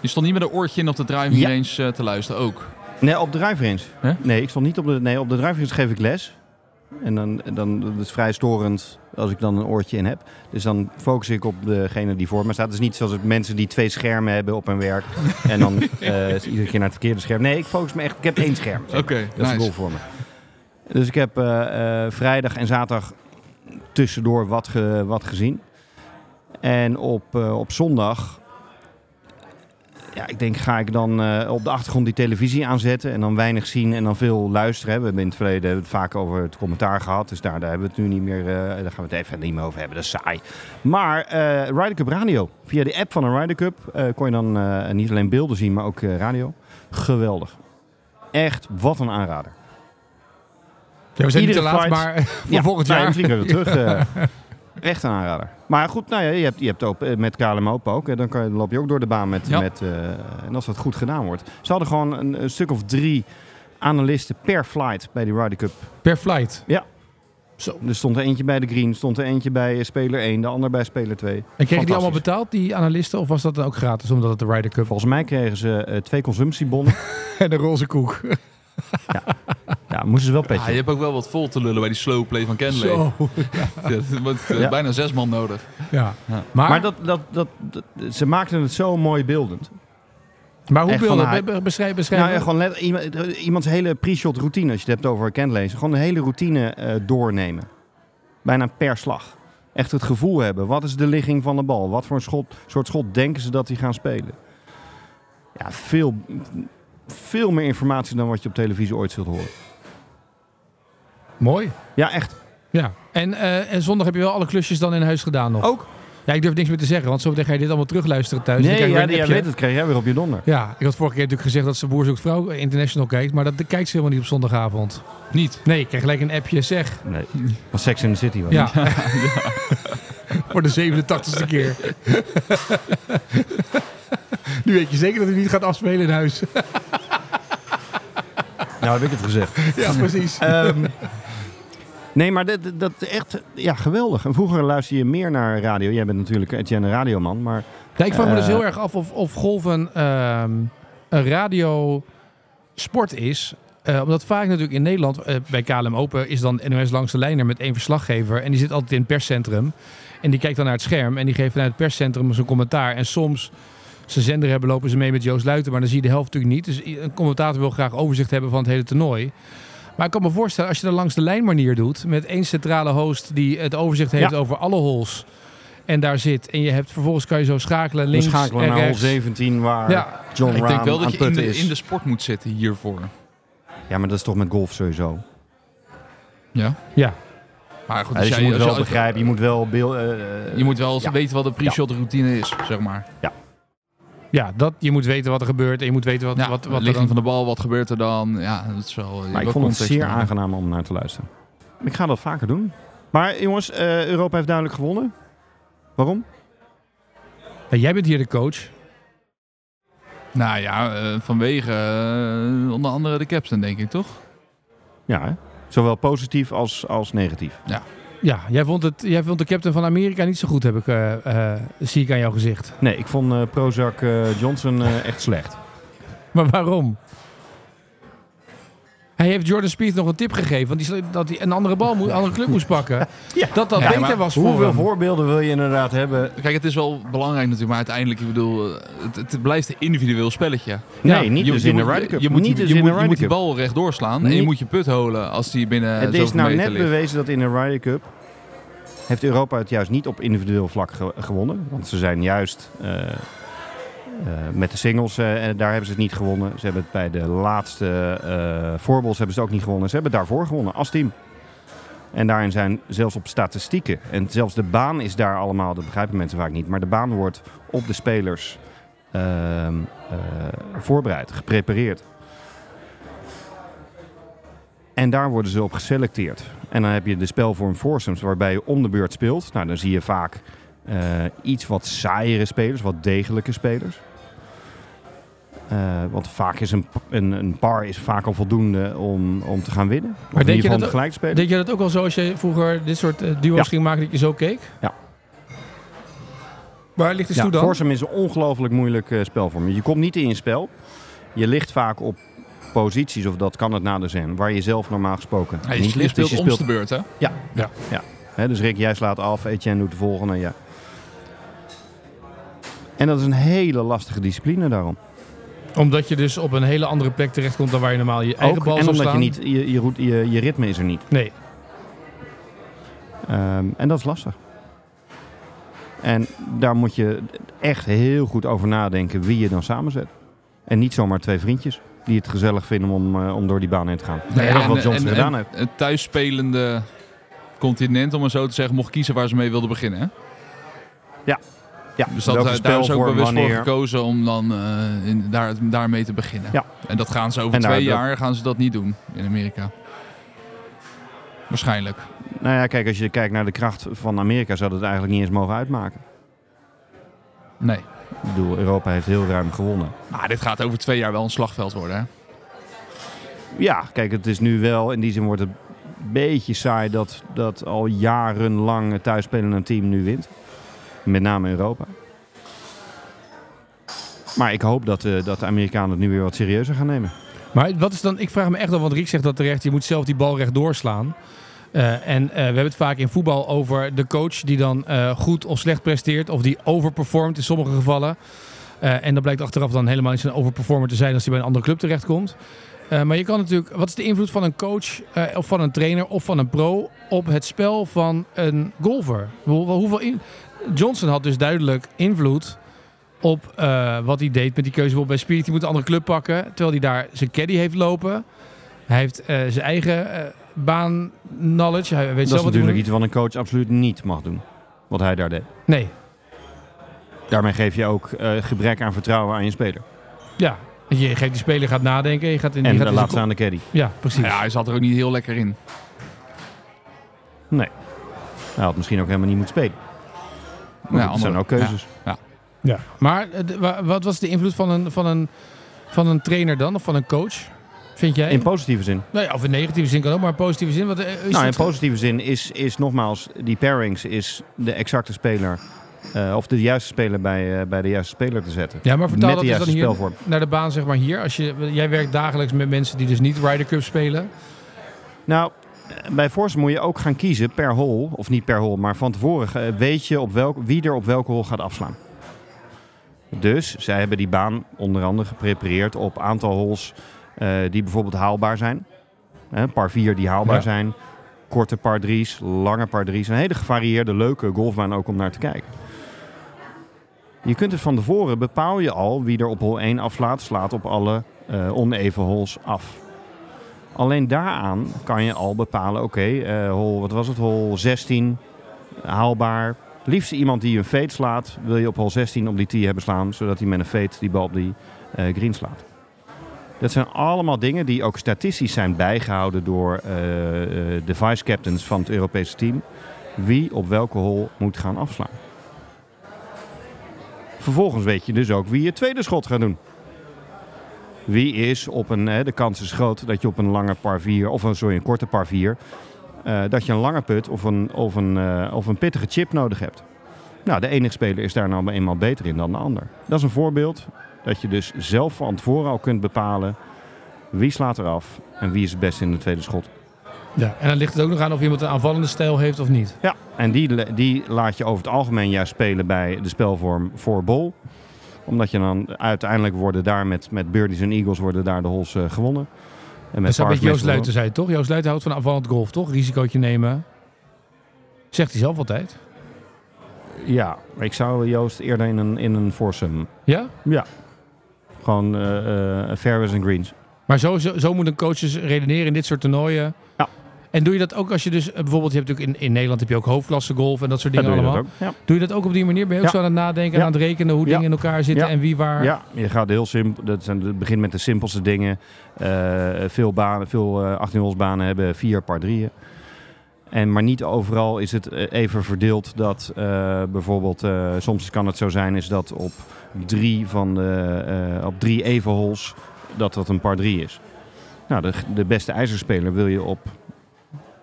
Speaker 3: Je stond niet met een oortje in op de driving
Speaker 2: Ja.
Speaker 3: range eh, te luisteren ook.
Speaker 2: Nee, op de drijfrins.
Speaker 3: Hè?
Speaker 2: Nee, ik stond niet op de. Nee, op de drijfrins geef ik les. En dan, dan dat is vrij storend als ik dan een oortje in heb. Dus dan focus ik op degene die voor me staat. Het is niet zoals het mensen die twee schermen hebben op hun werk. en dan eh, is iedere keer naar het verkeerde scherm. Nee, ik focus me echt. Ik heb één scherm. zeg maar. Dat is een goal voor me. Dus ik heb eh, eh, vrijdag en zaterdag tussendoor wat, ge- wat gezien. En op, eh, op zondag, ja, ik denk, ga ik dan eh, op de achtergrond die televisie aanzetten. En dan weinig zien en dan veel luisteren. hè. We hebben in het verleden hebben we het vaak over het commentaar gehad. Dus daar, daar hebben we het nu niet meer, eh, daar gaan we het even niet meer over hebben. Dat is saai. Maar eh Ryder Cup Radio. Via de app van een Ryder Cup eh, kon je dan eh, niet alleen beelden zien, maar ook eh, radio. Geweldig. Echt, wat een
Speaker 1: we
Speaker 2: aanrader.
Speaker 1: zijn niet te
Speaker 2: Iedere
Speaker 1: laat,
Speaker 2: flight-
Speaker 1: maar eh, voor volgend
Speaker 2: nou,
Speaker 1: jaar.
Speaker 2: misschien kunnen we terug. (laughs) eh, echt een aanrader. Maar goed, nou ja, je hebt, je hebt ook, eh, met KLM Open ook. hè, Dan, kan, je- dan loop je ook door de baan met...
Speaker 3: Ja.
Speaker 2: met eh, en als dat goed gedaan wordt. Ze hadden gewoon een, een stuk of drie analisten per flight bij die Ryder Cup.
Speaker 1: Per flight.
Speaker 2: Er stond er eentje bij de green, stond er eentje bij eh, speler 1, de ander bij speler 2.
Speaker 1: En kregen die allemaal
Speaker 2: Fantastisch.
Speaker 1: betaald, die analisten? Of was dat dan ook gratis, omdat het de Ryder Cup was?
Speaker 2: (laughs) Volgens mij kregen ze eh, twee consumptiebonnen.
Speaker 1: En de roze koek.
Speaker 2: ja, moesten ze wel
Speaker 3: Ah, je
Speaker 2: petje.
Speaker 3: hebt ook wel wat vol te lullen bij die slow play van Kenley. (laughs)
Speaker 1: Zo.
Speaker 3: Er wordt eh,
Speaker 2: Ja.
Speaker 3: bijna zes man nodig.
Speaker 1: Ja. Maar,
Speaker 2: Maar dat, dat, dat, dat- ze maakten het zo mooi beeldend.
Speaker 1: maar hoe
Speaker 2: echt
Speaker 1: wil
Speaker 2: van,
Speaker 1: je
Speaker 2: hij-
Speaker 1: be- beschrijf, beschrijf
Speaker 2: Nou, ja, gewoon let, iemand, iemands hele pre-shot routine, als je het hebt over kenlezen. Gewoon de hele routine eh, doornemen. Bijna per slag. Echt het gevoel hebben. Wat is de ligging van de bal? Wat voor een schot, soort schot denken ze dat die gaan spelen? Ja, veel, veel meer informatie dan wat je op televisie ooit zult horen.
Speaker 1: Mooi.
Speaker 2: Ja, echt.
Speaker 1: Ja. En, eh, en zondag heb je wel alle klusjes dan in huis gedaan nog?
Speaker 2: Ook?
Speaker 1: Ja, ik durf niks meer te zeggen, want zometeen ga je dit allemaal terugluisteren thuis. Dan
Speaker 2: Nee,
Speaker 1: krijg je
Speaker 2: ja,
Speaker 1: weer een
Speaker 2: jij
Speaker 1: appje.
Speaker 2: weet het, krijg jij weer op je donder.
Speaker 1: Ja, ik had vorige keer natuurlijk gezegd dat ze Boer zoekt vrouw eh, international kijkt, maar dat kijkt ze helemaal niet op zondagavond.
Speaker 3: Niet.
Speaker 1: Nee, ik kreeg gelijk een appje, zeg.
Speaker 2: Nee, was Sex in the City was.
Speaker 1: Ja. (laughs) Voor de 87ste keer. (laughs) nu weet je zeker dat hij niet gaat afspelen in (laughs) huis.
Speaker 2: Nou heb ik het gezegd.
Speaker 1: ja, precies.
Speaker 2: Ehm, nee, maar dat, dat is echt ja, geweldig. En vroeger luister je meer naar radio. Jij bent natuurlijk Etienne Radioman, maar
Speaker 1: Ja, ik vraag me dus
Speaker 2: Eh.
Speaker 1: heel erg af of, of golven ehm, een radiosport is. Eh, omdat vaak natuurlijk in Nederland, eh, bij KLM Open, is dan NOS langs de lijner met één verslaggever. En die zit altijd in het perscentrum. En die kijkt dan naar het scherm en die geeft vanuit het perscentrum zijn commentaar. En soms, als ze zender hebben, lopen ze mee met Joost Luiten. Maar dan zie je de helft natuurlijk niet. Dus i- een commentator wil graag overzicht hebben van het hele toernooi. Maar ik kan me voorstellen, als je dat langs de lijn manier doet, met één centrale host die het overzicht heeft
Speaker 2: Ja.
Speaker 1: over alle holes en daar zit. En je hebt vervolgens kan je zo schakelen links
Speaker 2: we schakelen
Speaker 1: en
Speaker 2: naar hol
Speaker 1: rechts.
Speaker 2: 17 waar
Speaker 1: Ja.
Speaker 2: John
Speaker 3: Ik denk
Speaker 2: Rahm
Speaker 3: wel
Speaker 2: aan
Speaker 3: dat
Speaker 2: het
Speaker 3: je in
Speaker 2: putten
Speaker 3: de,
Speaker 2: is.
Speaker 3: in de sport moet zitten hiervoor.
Speaker 2: Ja, maar dat is toch met golf sowieso.
Speaker 3: Ja.
Speaker 1: Ja.
Speaker 3: Maar goed,
Speaker 2: Ja,
Speaker 3: als
Speaker 2: dus je
Speaker 3: jij-
Speaker 2: moet
Speaker 3: als
Speaker 2: wel
Speaker 3: je-
Speaker 2: begrijpen, je moet wel... Beeld, eh,
Speaker 3: Je moet wel eens
Speaker 2: Ja.
Speaker 3: weten wat de pre-shot routine is, zeg maar.
Speaker 1: ja, dat, je moet weten wat er gebeurt en je moet weten wat,
Speaker 3: Ja,
Speaker 1: wat,
Speaker 3: de
Speaker 1: wat er
Speaker 3: ligging
Speaker 1: dan...
Speaker 3: van de bal, wat gebeurt er dan? Ja, dat is wel...
Speaker 2: maar ik vond het zeer aangenaam om naar te luisteren. Ik ga dat vaker doen. Maar jongens, eh, Europa heeft duidelijk gewonnen. Waarom?
Speaker 1: Ja, jij bent hier de coach.
Speaker 3: Nou ja, eh, vanwege eh, onder andere de captain, denk ik, toch?
Speaker 2: Ja, hè? zowel positief als, als negatief.
Speaker 1: Ja, jij vond, het, jij vond de captain van Amerika niet zo goed, heb ik, eh, eh, zie ik aan jouw gezicht.
Speaker 2: Nee, ik vond eh, Prozac eh, Johnson eh, echt slecht.
Speaker 1: (laughs) Maar waarom? Hij heeft Jordan Spieth nog een tip gegeven, want die, sle- dat hij een andere bal moet, een andere club moest pakken.
Speaker 2: (laughs) Ja.
Speaker 1: Dat dat
Speaker 3: Ja,
Speaker 1: beter
Speaker 3: maar
Speaker 1: was voor
Speaker 2: Hoeveel
Speaker 1: hem.
Speaker 2: voorbeelden wil je inderdaad hebben?
Speaker 3: Kijk, het is wel belangrijk natuurlijk, maar uiteindelijk, ik bedoel, eh, het, het blijft een individueel spelletje.
Speaker 2: Nee,
Speaker 1: Ja,
Speaker 2: niet
Speaker 3: Je-
Speaker 2: dus
Speaker 3: je
Speaker 2: in de
Speaker 3: moet-
Speaker 2: Ryder Cup.
Speaker 3: Je moet, die-
Speaker 2: niet dus
Speaker 3: je
Speaker 2: in
Speaker 3: moet,
Speaker 2: de
Speaker 3: je
Speaker 2: Ryder
Speaker 3: moet die
Speaker 2: Cup.
Speaker 3: bal rechtdoor slaan en
Speaker 2: Niet-
Speaker 3: je moet je put holen als die binnen
Speaker 2: Het is
Speaker 3: zoveel
Speaker 2: nou
Speaker 3: meter
Speaker 2: net
Speaker 3: ligt.
Speaker 2: bewezen dat in de Ryder Cup heeft Europa het juist niet op individueel vlak ge- gewonnen. Want ze zijn juist eh, eh, met de singles, eh, daar hebben ze het niet gewonnen. Ze hebben het bij de laatste eh voorbals hebben ze het ook niet gewonnen. Ze hebben het daarvoor gewonnen als team. En daarin zijn zelfs op statistieken. En zelfs de baan is daar allemaal, dat begrijpen mensen vaak niet. Maar de baan wordt op de spelers ehm, eh, voorbereid, geprepareerd. En daar worden ze op geselecteerd. En dan heb je de spelvorm foursomes, waarbij je om de beurt speelt. Nou, dan zie je vaak eh, iets wat saaiere spelers, wat degelijke spelers. Eh, want vaak is een, een, een par is vaak al voldoende om, om te gaan winnen. Maar
Speaker 1: denk je
Speaker 2: in
Speaker 1: dat
Speaker 2: ieder geval om
Speaker 1: ook-
Speaker 2: tegelijk te spelen.
Speaker 1: Deed je dat ook al zo als je vroeger dit soort eh, duo's
Speaker 2: Ja.
Speaker 1: ging maken, dat je zo keek?
Speaker 2: Ja.
Speaker 1: Waar ligt de
Speaker 2: Ja,
Speaker 1: stoel Dus dan?
Speaker 2: foursome is een ongelooflijk moeilijk eh, spel voor me. Je komt niet in je spel. Je ligt vaak op posities, of dat kan het nader zijn, waar je zelf normaal gesproken
Speaker 3: Hij
Speaker 2: niet
Speaker 3: speelt
Speaker 2: ligt. Dus je
Speaker 3: om
Speaker 2: speelt
Speaker 3: de beurt, hè?
Speaker 2: Hè, dus Rick, jij slaat af, Etienne doet de volgende. Ja. En dat is een hele lastige discipline daarom.
Speaker 1: Omdat je dus op een hele andere plek terechtkomt dan waar je normaal je eigen
Speaker 2: Ook,
Speaker 1: bal
Speaker 2: en
Speaker 1: zou
Speaker 2: omdat je,
Speaker 1: slaan.
Speaker 2: niet, je, je, roet- je, je ritme is er niet.
Speaker 1: Nee.
Speaker 2: Ehm, en dat is lastig. En daar moet je echt heel goed over nadenken wie je dan samenzet. En niet zomaar twee vriendjes die het gezellig vinden om, eh, om door die baan heen te gaan.
Speaker 3: Nee,
Speaker 2: dat is wat Johnson gedaan heeft.
Speaker 3: Het thuisspelende continent, om het zo te zeggen, mocht kiezen waar ze mee wilden beginnen. Hè?
Speaker 2: Ja,
Speaker 3: Dus dat,
Speaker 2: welke
Speaker 3: daar hebben ze ook
Speaker 2: spelvorm,
Speaker 3: bewust voor
Speaker 2: wanneer.
Speaker 3: gekozen om dan eh, in, daar, daarmee te beginnen.
Speaker 2: Ja.
Speaker 3: En dat gaan ze over
Speaker 2: En daar-
Speaker 3: twee
Speaker 2: dat-
Speaker 3: jaar gaan ze dat niet doen in Amerika. waarschijnlijk.
Speaker 2: Nou ja, kijk, als je kijkt naar de kracht van Amerika, zou dat eigenlijk niet eens mogen uitmaken.
Speaker 3: Nee.
Speaker 2: Ik bedoel, Europa heeft heel ruim gewonnen.
Speaker 3: Maar dit gaat over twee jaar wel een slagveld worden. Hè?
Speaker 2: Ja, kijk, het is nu wel, in die zin wordt het een beetje saai dat, dat al jarenlang het thuisspelende team nu wint. Met name Europa. Maar ik hoop dat, eh, dat de Amerikanen het nu weer wat serieuzer gaan nemen.
Speaker 1: Maar wat is dan, ik vraag me echt af, want Riek zegt dat terecht, je moet zelf die bal recht doorslaan. Eh, en eh, we hebben het vaak in voetbal over de coach die dan eh, goed of slecht presteert. Of die overperformt in sommige gevallen. Eh, en dat blijkt achteraf dan helemaal niet zo'n overperformer te zijn als hij bij een andere club terechtkomt. Eh, maar je kan natuurlijk, wat is de invloed van een coach eh, of van een trainer of van een pro op het spel van een golfer? Ik bedoel, wel, Hoeveel in... Johnson had dus duidelijk invloed op eh, wat hij deed met die keuze bijvoorbeeld bij Spirit. Die moet een andere club pakken, terwijl hij daar zijn caddy heeft lopen. Hij heeft eh, zijn eigen eh baan knowledge. Hij weet
Speaker 2: Dat
Speaker 1: zelf wat hij
Speaker 2: is
Speaker 1: moet
Speaker 2: natuurlijk iets wat een coach absoluut niet mag doen. Wat hij daar deed.
Speaker 1: doen. Nee,
Speaker 2: Daarmee geef je ook eh, gebrek aan vertrouwen aan je speler.
Speaker 1: ja. Je geeft die speler gaat nadenken. Je gaat in,
Speaker 2: En eh,
Speaker 1: je gaat dus
Speaker 2: de
Speaker 1: in zijn
Speaker 2: laatste aan de caddy.
Speaker 1: kop- Ja, precies.
Speaker 3: Ja, hij zat er ook niet heel lekker in.
Speaker 2: Hij had misschien ook helemaal niet moeten spelen.
Speaker 1: Nou,
Speaker 2: Maar
Speaker 3: Ja,
Speaker 2: dat zijn
Speaker 3: andere-
Speaker 2: ook keuzes.
Speaker 1: Ja. Maar eh, de- wa- wat was de invloed van een, van, een, van een trainer dan? Of van een coach? Vind jij?
Speaker 2: In positieve zin.
Speaker 1: nou ja, of in negatieve zin kan ook, maar in positieve zin. Wat, eh, is
Speaker 2: nou, in
Speaker 1: dat-
Speaker 2: positieve zin is, is nogmaals, die pairings is de exacte speler. eh, of de juiste speler bij, eh, bij de juiste speler te zetten.
Speaker 1: ja, maar vertaal
Speaker 2: Met
Speaker 1: dat
Speaker 2: de
Speaker 1: dus
Speaker 2: juiste
Speaker 1: dan hier
Speaker 2: spelvorm.
Speaker 1: naar de baan, zeg maar hier. Als je, jij werkt dagelijks met mensen die dus niet Ryder Cup spelen.
Speaker 2: Nou, eh, bij Forza moet je ook gaan kiezen per hole. Of niet per hole, maar van tevoren eh, weet je op welk, wie er op welke hole gaat afslaan. Dus zij hebben die baan onder andere geprepareerd op aantal holes eh, die bijvoorbeeld haalbaar zijn. Hè, par 4 die haalbaar
Speaker 1: Ja.
Speaker 2: zijn. Korte par 3's, lange par 3's. Een hele gevarieerde, leuke golfbaan ook om naar te kijken. Je kunt het van tevoren bepaal je al wie er op hol 1 afslaat, slaat op alle eh, oneven holes af. Alleen daaraan kan je al bepalen, oké, eh, hol, wat was het, hol 16, haalbaar. Liefst iemand die een fade slaat, wil je op hol 16 op die tee hebben slaan, zodat hij met een fade die bal op die eh, green slaat. Dat zijn allemaal dingen die ook statistisch zijn bijgehouden door eh, eh, de vice captains van het Europese team. Wie op welke hol moet gaan afslaan. Vervolgens weet je dus ook wie je tweede schot gaat doen. Wie is op een, hè, de kans is groot dat je op een lange par 4, of een, sorry, een korte par 4, eh, dat je een lange put of een, of, een, eh, of een pittige chip nodig hebt. Nou, de enige speler is daar nou maar eenmaal beter in dan de ander. Dat is een voorbeeld dat je dus zelf van tevoren al kunt bepalen wie slaat er af en wie is het beste in de tweede schot.
Speaker 1: Ja. En dan ligt het ook nog aan of iemand een aanvallende stijl heeft of niet.
Speaker 2: Ja, en die, die laat je over het algemeen juist spelen bij de spelvorm voor bol. Omdat je dan uiteindelijk worden daar met, met birdies en eagles worden daar de hols eh, gewonnen. En
Speaker 1: Dat is een
Speaker 2: pars
Speaker 1: beetje Joost
Speaker 2: meestal-
Speaker 1: Luiten zei, toch? Joost Luiten houdt van aanvallend golf, toch? Risicootje nemen. Zegt hij zelf altijd.
Speaker 2: Ja, maar ik zou Joost eerder in een, in een foursome.
Speaker 1: Ja?
Speaker 2: Gewoon eh, eh, fairways en greens.
Speaker 1: Maar zo, zo, zo moet een coach dus redeneren in dit soort toernooien.
Speaker 2: Ja.
Speaker 1: En doe je dat ook als je dus eh, bijvoorbeeld, je hebt natuurlijk in, in Nederland heb je ook hoofdklasse golf en dat soort
Speaker 2: Dat
Speaker 1: dingen
Speaker 2: doe je dat
Speaker 1: allemaal.
Speaker 2: ook. Ja.
Speaker 1: Doe je dat ook op die manier? Ben je ook
Speaker 2: Ja.
Speaker 1: zo aan het nadenken en
Speaker 2: Ja.
Speaker 1: aan het rekenen hoe
Speaker 2: Ja.
Speaker 1: dingen in elkaar zitten
Speaker 2: Ja.
Speaker 1: en wie waar?
Speaker 2: Ja, je gaat heel simpel. Dat zijn, het begint met de simpelste dingen. Eh, veel banen, veel eh, 18 holes banen hebben vier par drieën. En, maar niet overal is het eh, even verdeeld dat eh, bijvoorbeeld, eh, soms kan het zo zijn, is dat op drie, van de, eh, op drie even holes dat dat een par drie is. Nou, de, de beste ijzerspeler wil je op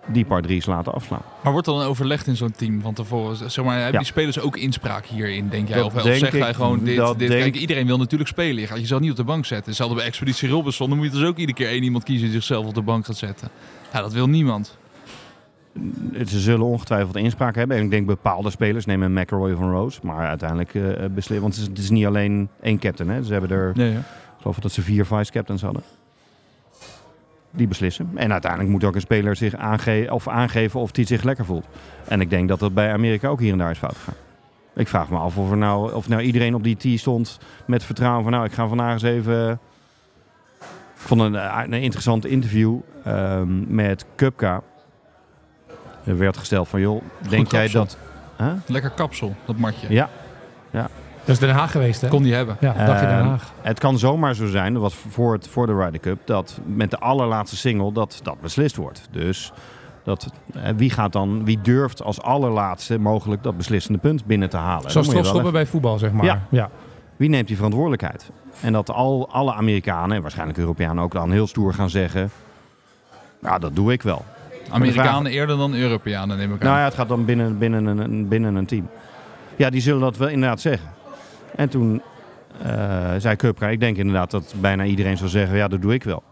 Speaker 2: die par drie's laten afslaan.
Speaker 3: Maar wordt er dan overlegd in zo'n team van tevoren? Zeg maar, hebben
Speaker 2: Ja.
Speaker 3: die spelers ook inspraak hierin, denk jij?
Speaker 2: Dat
Speaker 3: Of, of
Speaker 2: denk
Speaker 3: zegt
Speaker 2: ik,
Speaker 3: hij gewoon dit,
Speaker 2: dat
Speaker 3: dit?
Speaker 2: denk-
Speaker 3: Kijk, iedereen wil natuurlijk spelen. Je gaat jezelf niet op de bank zetten. Hetzelfde bij Expeditie Robinson. Dan moet je dus ook iedere keer één iemand kiezen die zichzelf op de bank gaat zetten. Ja, dat wil niemand.
Speaker 2: Ze zullen ongetwijfeld inspraak hebben. En ik denk bepaalde spelers nemen McElroy van Rose. Maar uiteindelijk eh beslissen. Want het is, het is niet alleen één captain. Hè. Ze hebben er,
Speaker 3: Nee, ja.
Speaker 2: ik geloof dat ze vier vice-captains hadden. Die beslissen. En uiteindelijk moet ook een speler zich aange of aangeven of hij zich lekker voelt. En ik denk dat dat bij Amerika ook hier en daar is fout gegaan. Ik vraag me af of, er nou, of nou iedereen op die tee stond met vertrouwen van... nou, ik ga vandaag eens even... Ik vond een, eh, een interessant interview ehm, met Kupka. Er werd gesteld van, joh, denk jij
Speaker 3: kapsel.
Speaker 2: dat... Huh?
Speaker 3: Lekker kapsel, dat matje.
Speaker 2: Ja.
Speaker 1: Dat is Den Haag geweest, hè?
Speaker 3: Kon die hebben.
Speaker 1: Ja, dag in Den
Speaker 2: Ehm,
Speaker 1: Haag.
Speaker 2: Het kan zomaar zo zijn, dat was voor, het, voor de Ryder Cup, dat met de allerlaatste single dat dat beslist wordt. Dus dat eh, wie gaat dan, wie durft als allerlaatste mogelijk dat beslissende punt binnen te halen? Dan
Speaker 1: Zoals
Speaker 2: moet je wel
Speaker 1: strafschoppen bij voetbal, zeg maar.
Speaker 2: Ja.
Speaker 1: ja.
Speaker 2: wie neemt die verantwoordelijkheid? En dat al, alle Amerikanen, en waarschijnlijk Europeanen ook dan heel stoer gaan zeggen... Ja, dat doe ik wel.
Speaker 3: Amerikanen eerder dan Europeanen, neem ik aan.
Speaker 2: Nou ja, het gaat dan binnen, binnen, een- een, binnen een team. Ja, die zullen dat wel inderdaad zeggen. En toen eh, zei Cupra, ik denk inderdaad dat bijna iedereen zal zeggen... Ja, dat doe ik wel.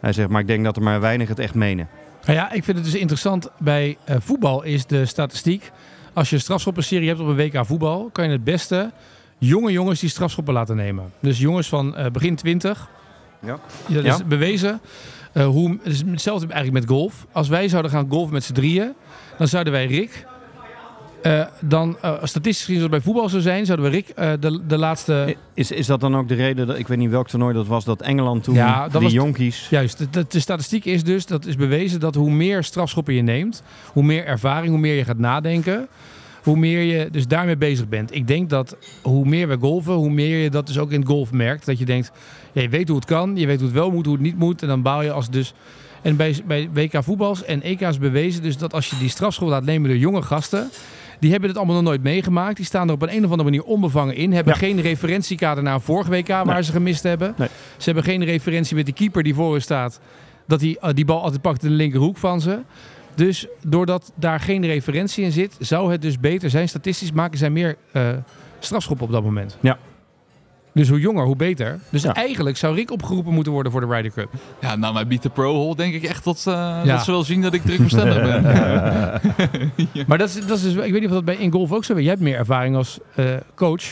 Speaker 2: Hij zegt, maar ik denk dat er maar weinig het echt menen.
Speaker 1: Nou ja, ik vind het dus interessant bij eh, voetbal is de statistiek. Als je een strafschoppenserie hebt op een WK voetbal, kan je het beste jonge jongens die strafschoppen laten nemen. Dus jongens van eh, begin 20.
Speaker 2: Ja.
Speaker 1: Dat is
Speaker 2: Ja.
Speaker 1: bewezen. eh, hoe, het is hetzelfde eigenlijk met golf. Als wij zouden gaan golfen met z'n drieën, dan zouden wij Rick. eh, dan, eh, statistisch gezien, zoals het bij voetbal zou zijn, zouden we Rick eh, de, de laatste.
Speaker 2: Is, is dat dan ook de reden, dat, ik weet niet welk toernooi dat was, dat Engeland toen
Speaker 1: Ja, dat
Speaker 2: die
Speaker 1: was-
Speaker 2: jonkies...
Speaker 1: Juist, de, de, de statistiek is dus, dat is bewezen, dat hoe meer strafschoppen je neemt, hoe meer ervaring, hoe meer je gaat nadenken, hoe meer je dus daarmee bezig bent. Ik denk dat hoe meer we golven, hoe meer je dat dus ook in het golf merkt. Dat je denkt, ja, je weet hoe het kan, je weet hoe het wel moet, hoe het niet moet. En dan bouw je als dus... En bij, bij WK voetbals en EK's bewezen dus dat als je die strafschop laat nemen door jonge gasten... Die hebben dit allemaal nog nooit meegemaakt. Die staan er op een, een of andere manier onbevangen in. Hebben
Speaker 2: Ja.
Speaker 1: geen referentiekader naar vorige WK waar ze gemist hebben.
Speaker 2: Nee.
Speaker 1: Ze hebben geen referentie met die keeper die voor hen staat. Dat die, eh, die bal altijd pakt in de linkerhoek van ze. Dus doordat daar geen referentie in zit, zou het dus beter zijn. Statistisch maken zij meer eh strafschoppen op dat moment.
Speaker 2: Ja.
Speaker 1: Dus hoe jonger, hoe beter. Dus
Speaker 2: Ja.
Speaker 1: eigenlijk zou Rick opgeroepen moeten worden voor de Ryder Cup.
Speaker 3: Ja, nou, mij biedt de pro-hole denk ik echt dat, eh,
Speaker 1: Ja.
Speaker 3: dat ze wel zien dat ik druk bestendig ben.
Speaker 1: Maar dat is, dat is dus, ik weet niet of dat bij in golf ook zo is. Jij hebt meer ervaring als eh, coach.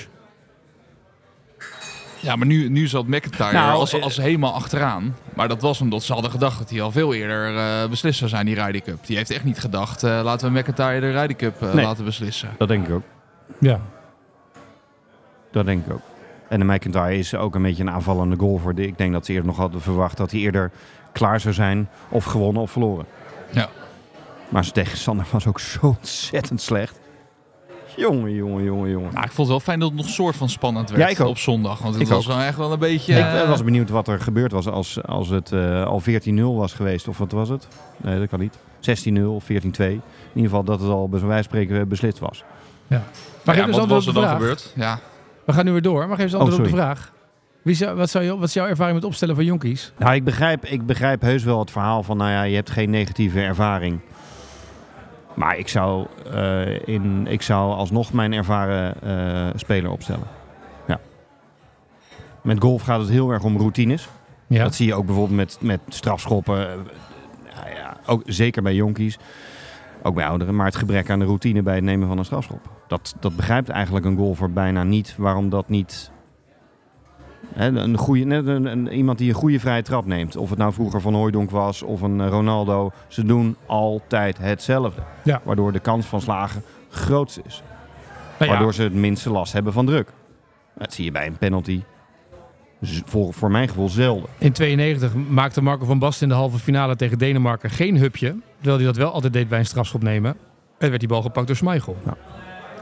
Speaker 3: Ja, maar nu, nu zat McIntyre
Speaker 2: Nou,
Speaker 3: als,
Speaker 2: eh,
Speaker 3: als helemaal achteraan. Maar dat was omdat ze hadden gedacht dat hij al veel eerder eh, beslist zou zijn, die Ryder Cup. Die heeft echt niet gedacht, eh, laten we McIntyre de Ryder Cup eh,
Speaker 2: Nee.
Speaker 3: laten beslissen.
Speaker 2: Dat denk ik ook.
Speaker 1: Ja.
Speaker 2: Dat denk ik ook. En de McIntyre is ook een beetje een aanvallende golfer. Die- Ik denk dat ze eerder nog hadden verwacht dat hij eerder klaar zou zijn. Of gewonnen of verloren.
Speaker 3: Ja.
Speaker 2: Maar zijn tegenstander was ook zo ontzettend slecht. Jongen, jongen, jongen, jongen.
Speaker 3: Nou, ik vond het wel fijn dat het nog soort van spannend werd
Speaker 2: Ja, ik ook.
Speaker 3: op zondag. Want het
Speaker 2: Ik
Speaker 3: was
Speaker 2: ook.
Speaker 3: wel echt wel een beetje...
Speaker 2: Ik
Speaker 3: eh,
Speaker 2: eh, was benieuwd wat er gebeurd was als, als het eh, al 14-0 was geweest. Of wat was het? Nee, dat kan niet. 16-0 of 14-2. In ieder geval dat het al bij zo'n wijze van spreken eh, beslist was.
Speaker 1: Maar
Speaker 3: ja,
Speaker 2: dus
Speaker 1: geef eens
Speaker 3: wat
Speaker 1: antwoord
Speaker 3: was
Speaker 1: op
Speaker 3: er
Speaker 1: de
Speaker 3: dan
Speaker 1: vraag.
Speaker 3: gebeurd? Ja.
Speaker 1: We gaan nu weer door, maar geef eens antwoord op de
Speaker 2: Oh, sorry.
Speaker 1: vraag. Wie zou, wat, zou je, wat is jouw ervaring met opstellen van jonkies?
Speaker 2: Nou, ik begrijp, ik begrijp heus wel het verhaal van, nou ja, je hebt geen negatieve ervaring. Maar ik zou, eh, in, ik zou alsnog mijn ervaren eh, speler opstellen. Ja. Met golf gaat het heel erg om routines.
Speaker 1: Ja.
Speaker 2: Dat zie je ook bijvoorbeeld met, met strafschoppen. eh, Nou ja, ook zeker bij jonkies. Ook bij ouderen. Maar het gebrek aan de routine bij het nemen van een strafschop. Dat, dat begrijpt eigenlijk een golfer bijna niet. Waarom dat niet... Hè, een goede, net een, een- iemand die een goede vrije trap neemt. Of het nou vroeger Van Hooijdonk was of een eh, Ronaldo. Ze doen altijd hetzelfde.
Speaker 1: Ja.
Speaker 2: Waardoor de kans van slagen groot is.
Speaker 1: Nou ja,
Speaker 2: Waardoor ze het minste last hebben van druk. Dat zie je bij een penalty. z- Voor, voor mijn gevoel zelden.
Speaker 1: In 92 maakte Marco van Basten in de halve finale tegen Denemarken geen hupje. Terwijl hij dat wel altijd deed bij een strafschop nemen. En werd die bal gepakt door Schmeichel.
Speaker 2: Ja.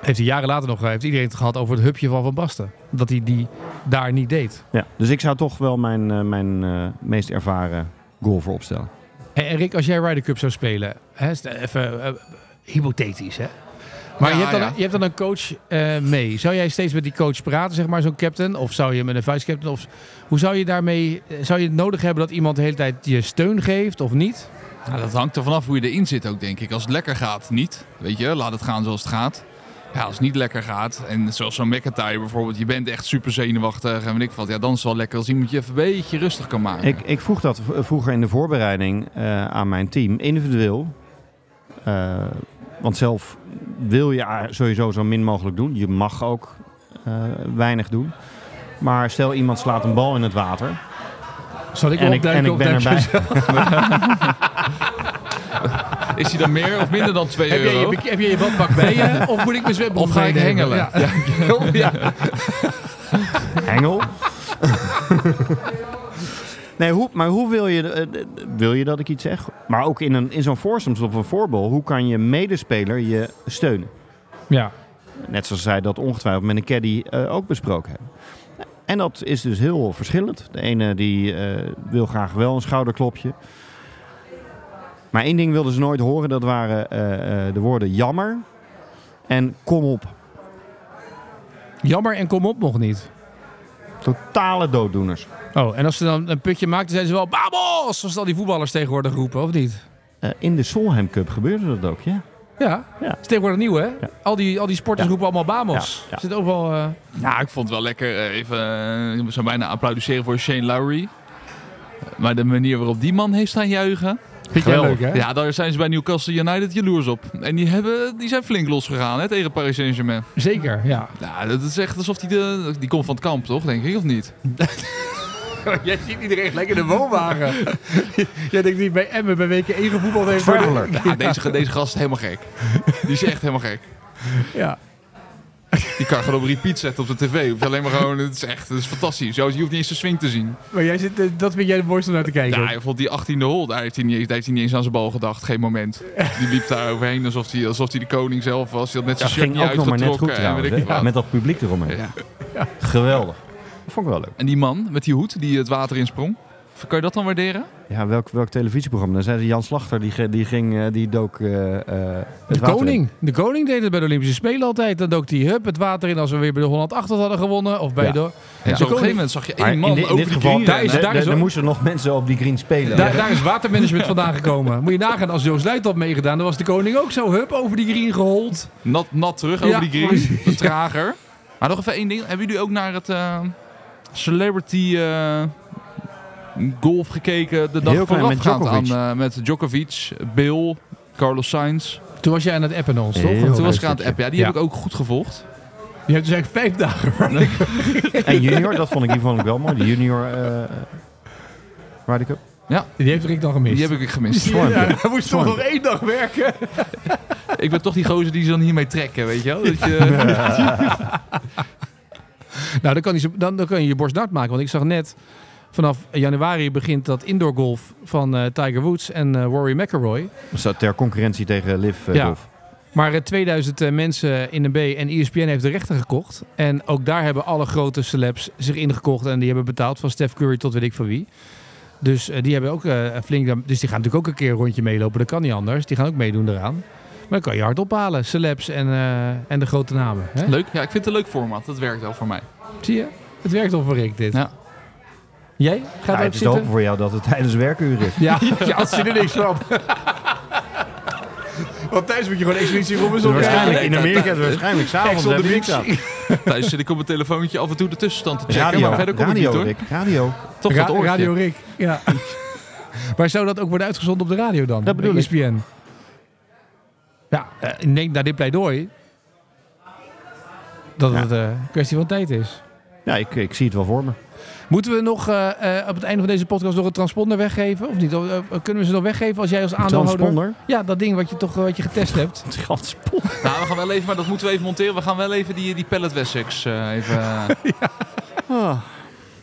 Speaker 1: Heeft hij jaren later nog eh, heeft iedereen het gehad over het hupje van Van Basten. Dat hij die daar niet deed.
Speaker 2: Ja, dus ik zou toch wel mijn, eh, mijn eh, meest ervaren golfer opstellen.
Speaker 1: En en Rick, als jij Ryder Cup zou spelen, hè, stel even eh, hypothetisch hè. Maar
Speaker 3: Ja,
Speaker 1: je, hebt dan,
Speaker 3: ja.
Speaker 1: je hebt dan een coach eh, mee. Zou jij steeds met die coach praten, zeg maar, zo'n captain? Of zou je met een vice-captain? Of hoe zou je daarmee. eh, Zou je het nodig hebben dat iemand de hele tijd je steun geeft of niet?
Speaker 3: Nou, dat hangt er vanaf hoe je erin zit ook, denk ik. Als het lekker gaat, niet. Weet je, laat het gaan zoals het gaat. Ja, als het niet lekker gaat, en zoals zo'n McIntyre bijvoorbeeld, je bent echt super zenuwachtig en weet ik wat. Ja, dan is het wel lekker als iemand je even een beetje rustig kan maken.
Speaker 2: Ik, ik vroeg dat v- eh, vroeger in de voorbereiding eh, aan mijn team, individueel. Eh, want zelf wil je a- sowieso zo min mogelijk doen. Je mag ook eh, weinig doen. Maar stel iemand slaat een bal in het water.
Speaker 1: Zal ik wel
Speaker 2: en, ik, en
Speaker 1: opduiken?
Speaker 2: ik ben
Speaker 1: opduiken? (laughs)
Speaker 2: erbij.
Speaker 3: Is hij dan meer of minder dan 2
Speaker 1: Heb jij,
Speaker 3: euro?
Speaker 1: je, heb jij je badpak bij
Speaker 3: (laughs)
Speaker 1: je? Of moet ik mijn zwembroek
Speaker 3: Of ga ik
Speaker 1: meenemen?
Speaker 3: hengelen?
Speaker 1: Ja. Ja.
Speaker 2: Engel. (laughs) nee, hoe, maar hoe wil je, eh, eh, wil je dat ik iets zeg? Maar ook in, een, in zo'n foursomes of een voorbal, hoe kan je medespeler je steunen?
Speaker 1: Ja.
Speaker 2: Net zoals zij dat ongetwijfeld met een caddy eh, ook besproken hebben. En dat is dus heel verschillend. De ene die eh, wil graag wel een schouderklopje. Maar één ding wilden ze nooit horen, dat waren eh, eh, de woorden jammer en kom op.
Speaker 1: Jammer en kom op nog niet.
Speaker 2: Totale dooddoeners.
Speaker 1: Oh, en als ze dan een putje maakten, zeiden ze wel... Babos! Zoals al die voetballers tegenwoordig roepen, of niet?
Speaker 2: Eh, in de Solheim Cup gebeurde dat ook, ja.
Speaker 1: Ja,
Speaker 2: Ja.
Speaker 1: Het is tegenwoordig nieuw, hè? Al, die, al die sporters
Speaker 2: Ja.
Speaker 1: roepen allemaal Bamos.
Speaker 2: Ja, ja.
Speaker 1: Zit overal... eh,
Speaker 3: Nou, ik vond het wel lekker. eh, Even, eh, we zijn bijna applaudisseren voor Shane Lowry. Maar de manier waarop die man heeft staan juichen.
Speaker 1: Vind jij leuk,
Speaker 2: Geweldig.
Speaker 1: hè?
Speaker 3: Ja, daar zijn ze bij Newcastle United jaloers op. En die, hebben, die zijn flink losgegaan hè, tegen Paris Saint-Germain.
Speaker 1: Zeker, ja.
Speaker 3: Nou, dat is echt alsof die de, die komt van het kamp, toch? Denk ik, of niet?
Speaker 1: (laughs) Jij ziet iedereen gelijk in de woonwagen. (laughs) Jij denkt niet bij Emmen bij weken één gevoetbald heeft.
Speaker 2: Traveler.
Speaker 3: Ja, deze, deze gast is helemaal gek. Die is echt helemaal gek.
Speaker 1: (laughs) Ja.
Speaker 3: Die kan gewoon op repeat zetten op de tv. Hoeft alleen maar gewoon, het is echt het is fantastisch. Zo, je hoeft niet eens de swing te zien.
Speaker 1: Maar jij zit, eh, dat vind jij de mooiste om naar te kijken.
Speaker 3: Ja, hij vond die 18e hole, daar heeft, hij niet, eens- daar heeft hij niet eens aan zijn bal gedacht. Geen moment. Die liep daar overheen alsof hij, alsof hij de koning zelf was. Die had net
Speaker 2: Dat
Speaker 3: zijn shirt
Speaker 2: ging
Speaker 3: niet
Speaker 2: ook nog maar net
Speaker 3: uitgetrokken.
Speaker 2: goed
Speaker 3: en
Speaker 2: trouwens,
Speaker 3: weet ik
Speaker 2: hè?
Speaker 3: wat.
Speaker 2: met dat publiek eromheen.
Speaker 3: Ja.
Speaker 2: Geweldig. Dat vond ik wel leuk.
Speaker 3: En die man met die hoed die het water insprong. Kan je dat dan waarderen?
Speaker 2: Ja, welk, welk televisieprogramma? Dan zei ze Jan Slachter, die, ge- die, ging, eh, die dook eh, eh, het
Speaker 1: de
Speaker 2: water in.
Speaker 1: koning. De koning deed het bij de Olympische Spelen altijd. Dan dook die hup het water in als we weer bij de Holland 8 hadden gewonnen. Of bij
Speaker 2: Ja.
Speaker 1: de...
Speaker 3: En
Speaker 1: De
Speaker 3: zo op een
Speaker 1: koning-
Speaker 3: gegeven moment zag je
Speaker 2: Maar
Speaker 3: één man
Speaker 2: in, di- in
Speaker 3: over
Speaker 2: dit
Speaker 3: die
Speaker 2: geval,
Speaker 3: green
Speaker 1: daar is-
Speaker 3: rennen.
Speaker 2: daar,
Speaker 1: daar is ook-
Speaker 2: moesten nog mensen op die green spelen.
Speaker 1: Daar, daar is watermanagement vandaan gekomen. Moet je nagaan, als Joost Luit had meegedaan, dan was de koning ook zo hup over die green gehold.
Speaker 3: Nat, nat terug
Speaker 1: Ja,
Speaker 3: over die green.
Speaker 1: precies.
Speaker 3: Wat trager. Maar nog even één ding. Hebben jullie ook naar het eh, celebrity eh, golf gekeken? De dag
Speaker 2: Heel klein, met
Speaker 3: voorafgaand aan
Speaker 2: Djokovic.
Speaker 3: eh, met Djokovic, Bill, Carlos Sainz.
Speaker 1: Toen was jij aan het appen naar ons, toch?
Speaker 2: Heel
Speaker 1: Want
Speaker 3: Toen
Speaker 1: toen
Speaker 3: was
Speaker 1: was-
Speaker 3: ik aan het app. Ja, die
Speaker 1: Ja.
Speaker 3: heb ik ook goed gevolgd.
Speaker 1: Je hebt dus eigenlijk vijf dagen.
Speaker 2: En junior, dat vond ik, die vond ik wel mooi. De junior eh Ryder Cup.
Speaker 1: Die heeft Rick dan gemist.
Speaker 3: Die heb ik
Speaker 2: (laughs)
Speaker 3: gemist.
Speaker 2: Storm.
Speaker 1: Ja, hij moest toch
Speaker 2: Storm.
Speaker 1: nog één dag werken.
Speaker 3: ik ben toch die gozer die ze dan hiermee trekken, weet je wel? Dat
Speaker 1: (laughs)
Speaker 3: je,
Speaker 1: Nou, dan kan, hij zo- dan, dan kan je je borst nat maken. Want ik zag net, vanaf januari begint dat indoor golf van eh, Tiger Woods en eh Rory McIlroy.
Speaker 2: Dat staat ter concurrentie tegen Liv eh,
Speaker 1: Ja.
Speaker 2: Golf.
Speaker 1: Maar eh, 2000 eh, mensen in de B en E ESPN heeft de rechten gekocht. En ook daar hebben alle grote celebs zich ingekocht. En die hebben betaald van Steph Curry tot weet ik van wie. Dus eh, die hebben ook eh, flink... dan- Dus die gaan natuurlijk ook een keer een rondje meelopen. Dat kan niet anders. Die gaan ook meedoen eraan. Maar dan kan je hard ophalen. Celebs en, eh, en de grote namen. Hè?
Speaker 3: leuk. Ja, ik vind het een leuk format. Dat werkt wel voor mij.
Speaker 1: Zie je? Het werkt al voor Rick dit.
Speaker 3: Ja.
Speaker 1: Jij? Gaat
Speaker 2: Ja,
Speaker 1: ook
Speaker 2: Nou, het is te hopen
Speaker 1: zitten?
Speaker 2: voor jou dat het tijdens werkuur is.
Speaker 1: Ja, (laughs) ja als je er niks (laughs) van. Want thuis moet je gewoon expeditie Robinson
Speaker 2: waarschijnlijk in Amerika, is het waarschijnlijk s'avonds.
Speaker 1: zonder
Speaker 2: heb je
Speaker 1: niks.
Speaker 2: niks aan.
Speaker 3: Thuis zit ik op mijn telefoontje af en toe de tussenstand te checken.
Speaker 2: Dus Radio,
Speaker 3: maar verder kom ik niet
Speaker 2: radio,
Speaker 3: hoor.
Speaker 2: Rick, radio.
Speaker 3: Toch
Speaker 1: Ra-
Speaker 3: dat oortje.
Speaker 1: Radio Rick, ja. (laughs) maar zou dat ook worden uitgezonden op de radio dan? E
Speaker 2: Dat bedoel
Speaker 1: Bij
Speaker 2: ik.
Speaker 1: ESPN? Ja, eh, neem naar dit pleidooi dat
Speaker 2: Ja.
Speaker 1: het eh, een kwestie van tijd is.
Speaker 2: Ja, ik, ik zie het wel voor me.
Speaker 1: Moeten we nog eh, eh, op het einde van deze podcast nog een transponder weggeven? Of niet? Of, eh, kunnen we ze nog weggeven als jij als aandeelhouder...
Speaker 2: Transponder.
Speaker 1: Ja, dat ding wat je toch eh, wat je getest hebt.
Speaker 2: Transponder.
Speaker 3: Nou, we gaan wel even, maar dat moeten we even monteren. We gaan wel even die, die pallet Wessex eh, even...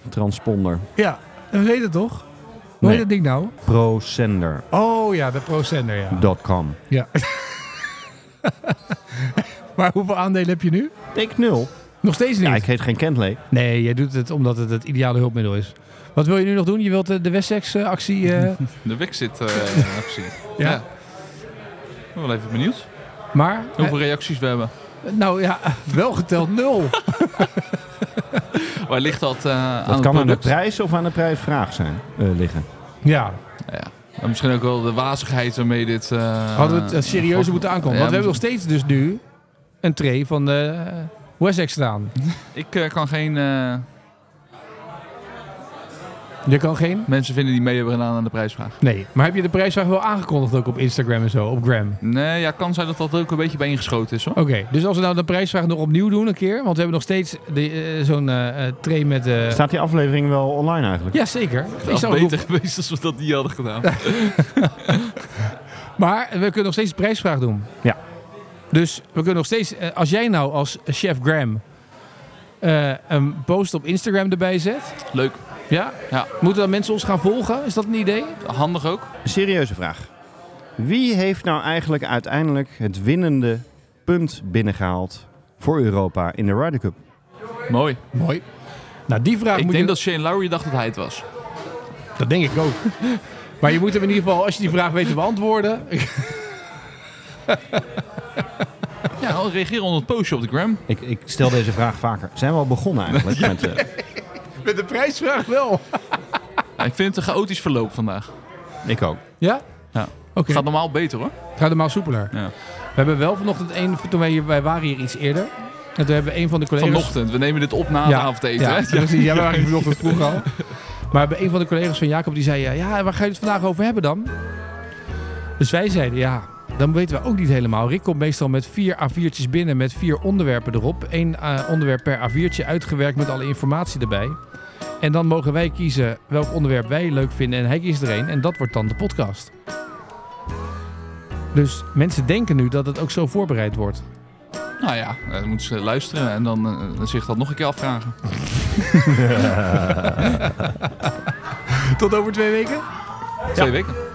Speaker 2: Transponder.
Speaker 1: Ja, we weten het toch? Hoe
Speaker 2: Nee.
Speaker 1: heet dat ding nou?
Speaker 2: Procender.com.
Speaker 1: Oh ja, de ProSender, ja. ja. (laughs) maar hoeveel aandelen heb je nu?
Speaker 2: Ik nul.
Speaker 1: Nog steeds niet?
Speaker 2: Ja, ik heet geen Kentley.
Speaker 1: Nee, jij doet het omdat het het ideale hulpmiddel is. Wat wil je nu nog doen? Je wilt eh, de Wessex-actie... eh,
Speaker 3: De Wexit-actie.
Speaker 1: (laughs)
Speaker 3: ja.
Speaker 1: Ja.
Speaker 3: Ik ben wel even benieuwd
Speaker 1: maar, eh,
Speaker 3: hoeveel reacties we hebben.
Speaker 1: nou ja, wel geteld nul.
Speaker 3: Waar ligt dat eh, aan
Speaker 2: Dat
Speaker 3: het
Speaker 2: kan aan de
Speaker 3: product?
Speaker 2: prijs of aan de prijsvraag zijn, eh, liggen.
Speaker 1: ja,
Speaker 3: En misschien ook wel de wazigheid waarmee dit... eh,
Speaker 1: hadden we het eh, serieuzer moeten aankomen.
Speaker 3: Ja,
Speaker 1: Want we hebben nog steeds dus nu een tray van eh Wessex staan.
Speaker 3: Ik eh, kan geen eh,
Speaker 1: Je kan geen?
Speaker 3: mensen vinden die mee hebben gedaan aan de prijsvraag.
Speaker 1: Nee. Maar heb je de prijsvraag wel aangekondigd ook op Instagram en zo, op Gram?
Speaker 3: Nee, ja, kan zijn dat dat ook een beetje bij ingeschoten is hoor.
Speaker 1: Oké, dus als we nou de prijsvraag nog opnieuw doen een keer. Want we hebben nog steeds de, eh, zo'n eh, eh, tray met... eh
Speaker 2: Staat die aflevering wel online eigenlijk?
Speaker 1: Jazeker.
Speaker 3: Het
Speaker 1: Ik
Speaker 3: was
Speaker 1: zou
Speaker 3: beter geweest als we dat niet hadden gedaan.
Speaker 1: Maar we kunnen nog steeds de prijsvraag doen.
Speaker 2: Ja.
Speaker 1: Dus we kunnen nog steeds, eh, als jij nou als chef Graham eh, een post op Instagram erbij zet,
Speaker 3: Leuk.
Speaker 1: ja?
Speaker 3: Ja.
Speaker 1: moeten dan mensen ons gaan volgen? Is dat een idee?
Speaker 3: Handig ook.
Speaker 2: Een serieuze vraag. Wie heeft nou eigenlijk uiteindelijk het winnende punt binnengehaald voor Europa in de Ryder Cup?
Speaker 3: Mooi.
Speaker 1: Mooi. Nou, die vraag
Speaker 3: ik
Speaker 1: moet
Speaker 3: denk
Speaker 1: je...
Speaker 3: dat Shane Lowry dacht dat hij het was.
Speaker 1: (laughs) dat denk ik ook. Maar je moet hem in ieder geval, als je die vraag weet te beantwoorden.
Speaker 3: Ja, reageer onder het postje op de gram.
Speaker 2: Ik, ik stel deze vraag vaker. Zijn we al begonnen (laughs) eigenlijk? Met, eh,
Speaker 1: Met de prijsvraag wel.
Speaker 3: Ja, ik vind het een chaotisch verloop vandaag.
Speaker 2: ik ook.
Speaker 1: Ja?
Speaker 3: Ja.
Speaker 1: Oké.
Speaker 3: Het gaat normaal beter hoor.
Speaker 1: Ga normaal soepeler.
Speaker 3: Ja.
Speaker 1: We hebben wel vanochtend een, toen wij, hier- wij waren hier iets eerder. En toen hebben we een van de collega's...
Speaker 3: Vanochtend. We nemen dit op na de avondeten.
Speaker 1: Ja,
Speaker 3: hè?
Speaker 1: ja, precies. Ja, we waren hier vanochtend vroeg al. Maar bij een van de collega's van Jacob die zei: eh, Ja, waar ga je het vandaag over hebben dan? Dus wij zeiden: Ja, dan weten we ook niet helemaal. Rick komt meestal met vier A4'tjes binnen met vier onderwerpen erop. Eén eh, onderwerp per A4'tje uitgewerkt met alle informatie erbij. En dan mogen wij kiezen welk onderwerp wij leuk vinden. En hij kiest er één. En dat wordt dan de podcast. Dus mensen denken nu dat het ook zo voorbereid wordt.
Speaker 3: Nou ja, eh, dan moeten ze luisteren en dan eh, dan zich dat nog een keer afvragen.
Speaker 1: (laughs) Tot over twee weken?
Speaker 3: Twee weken.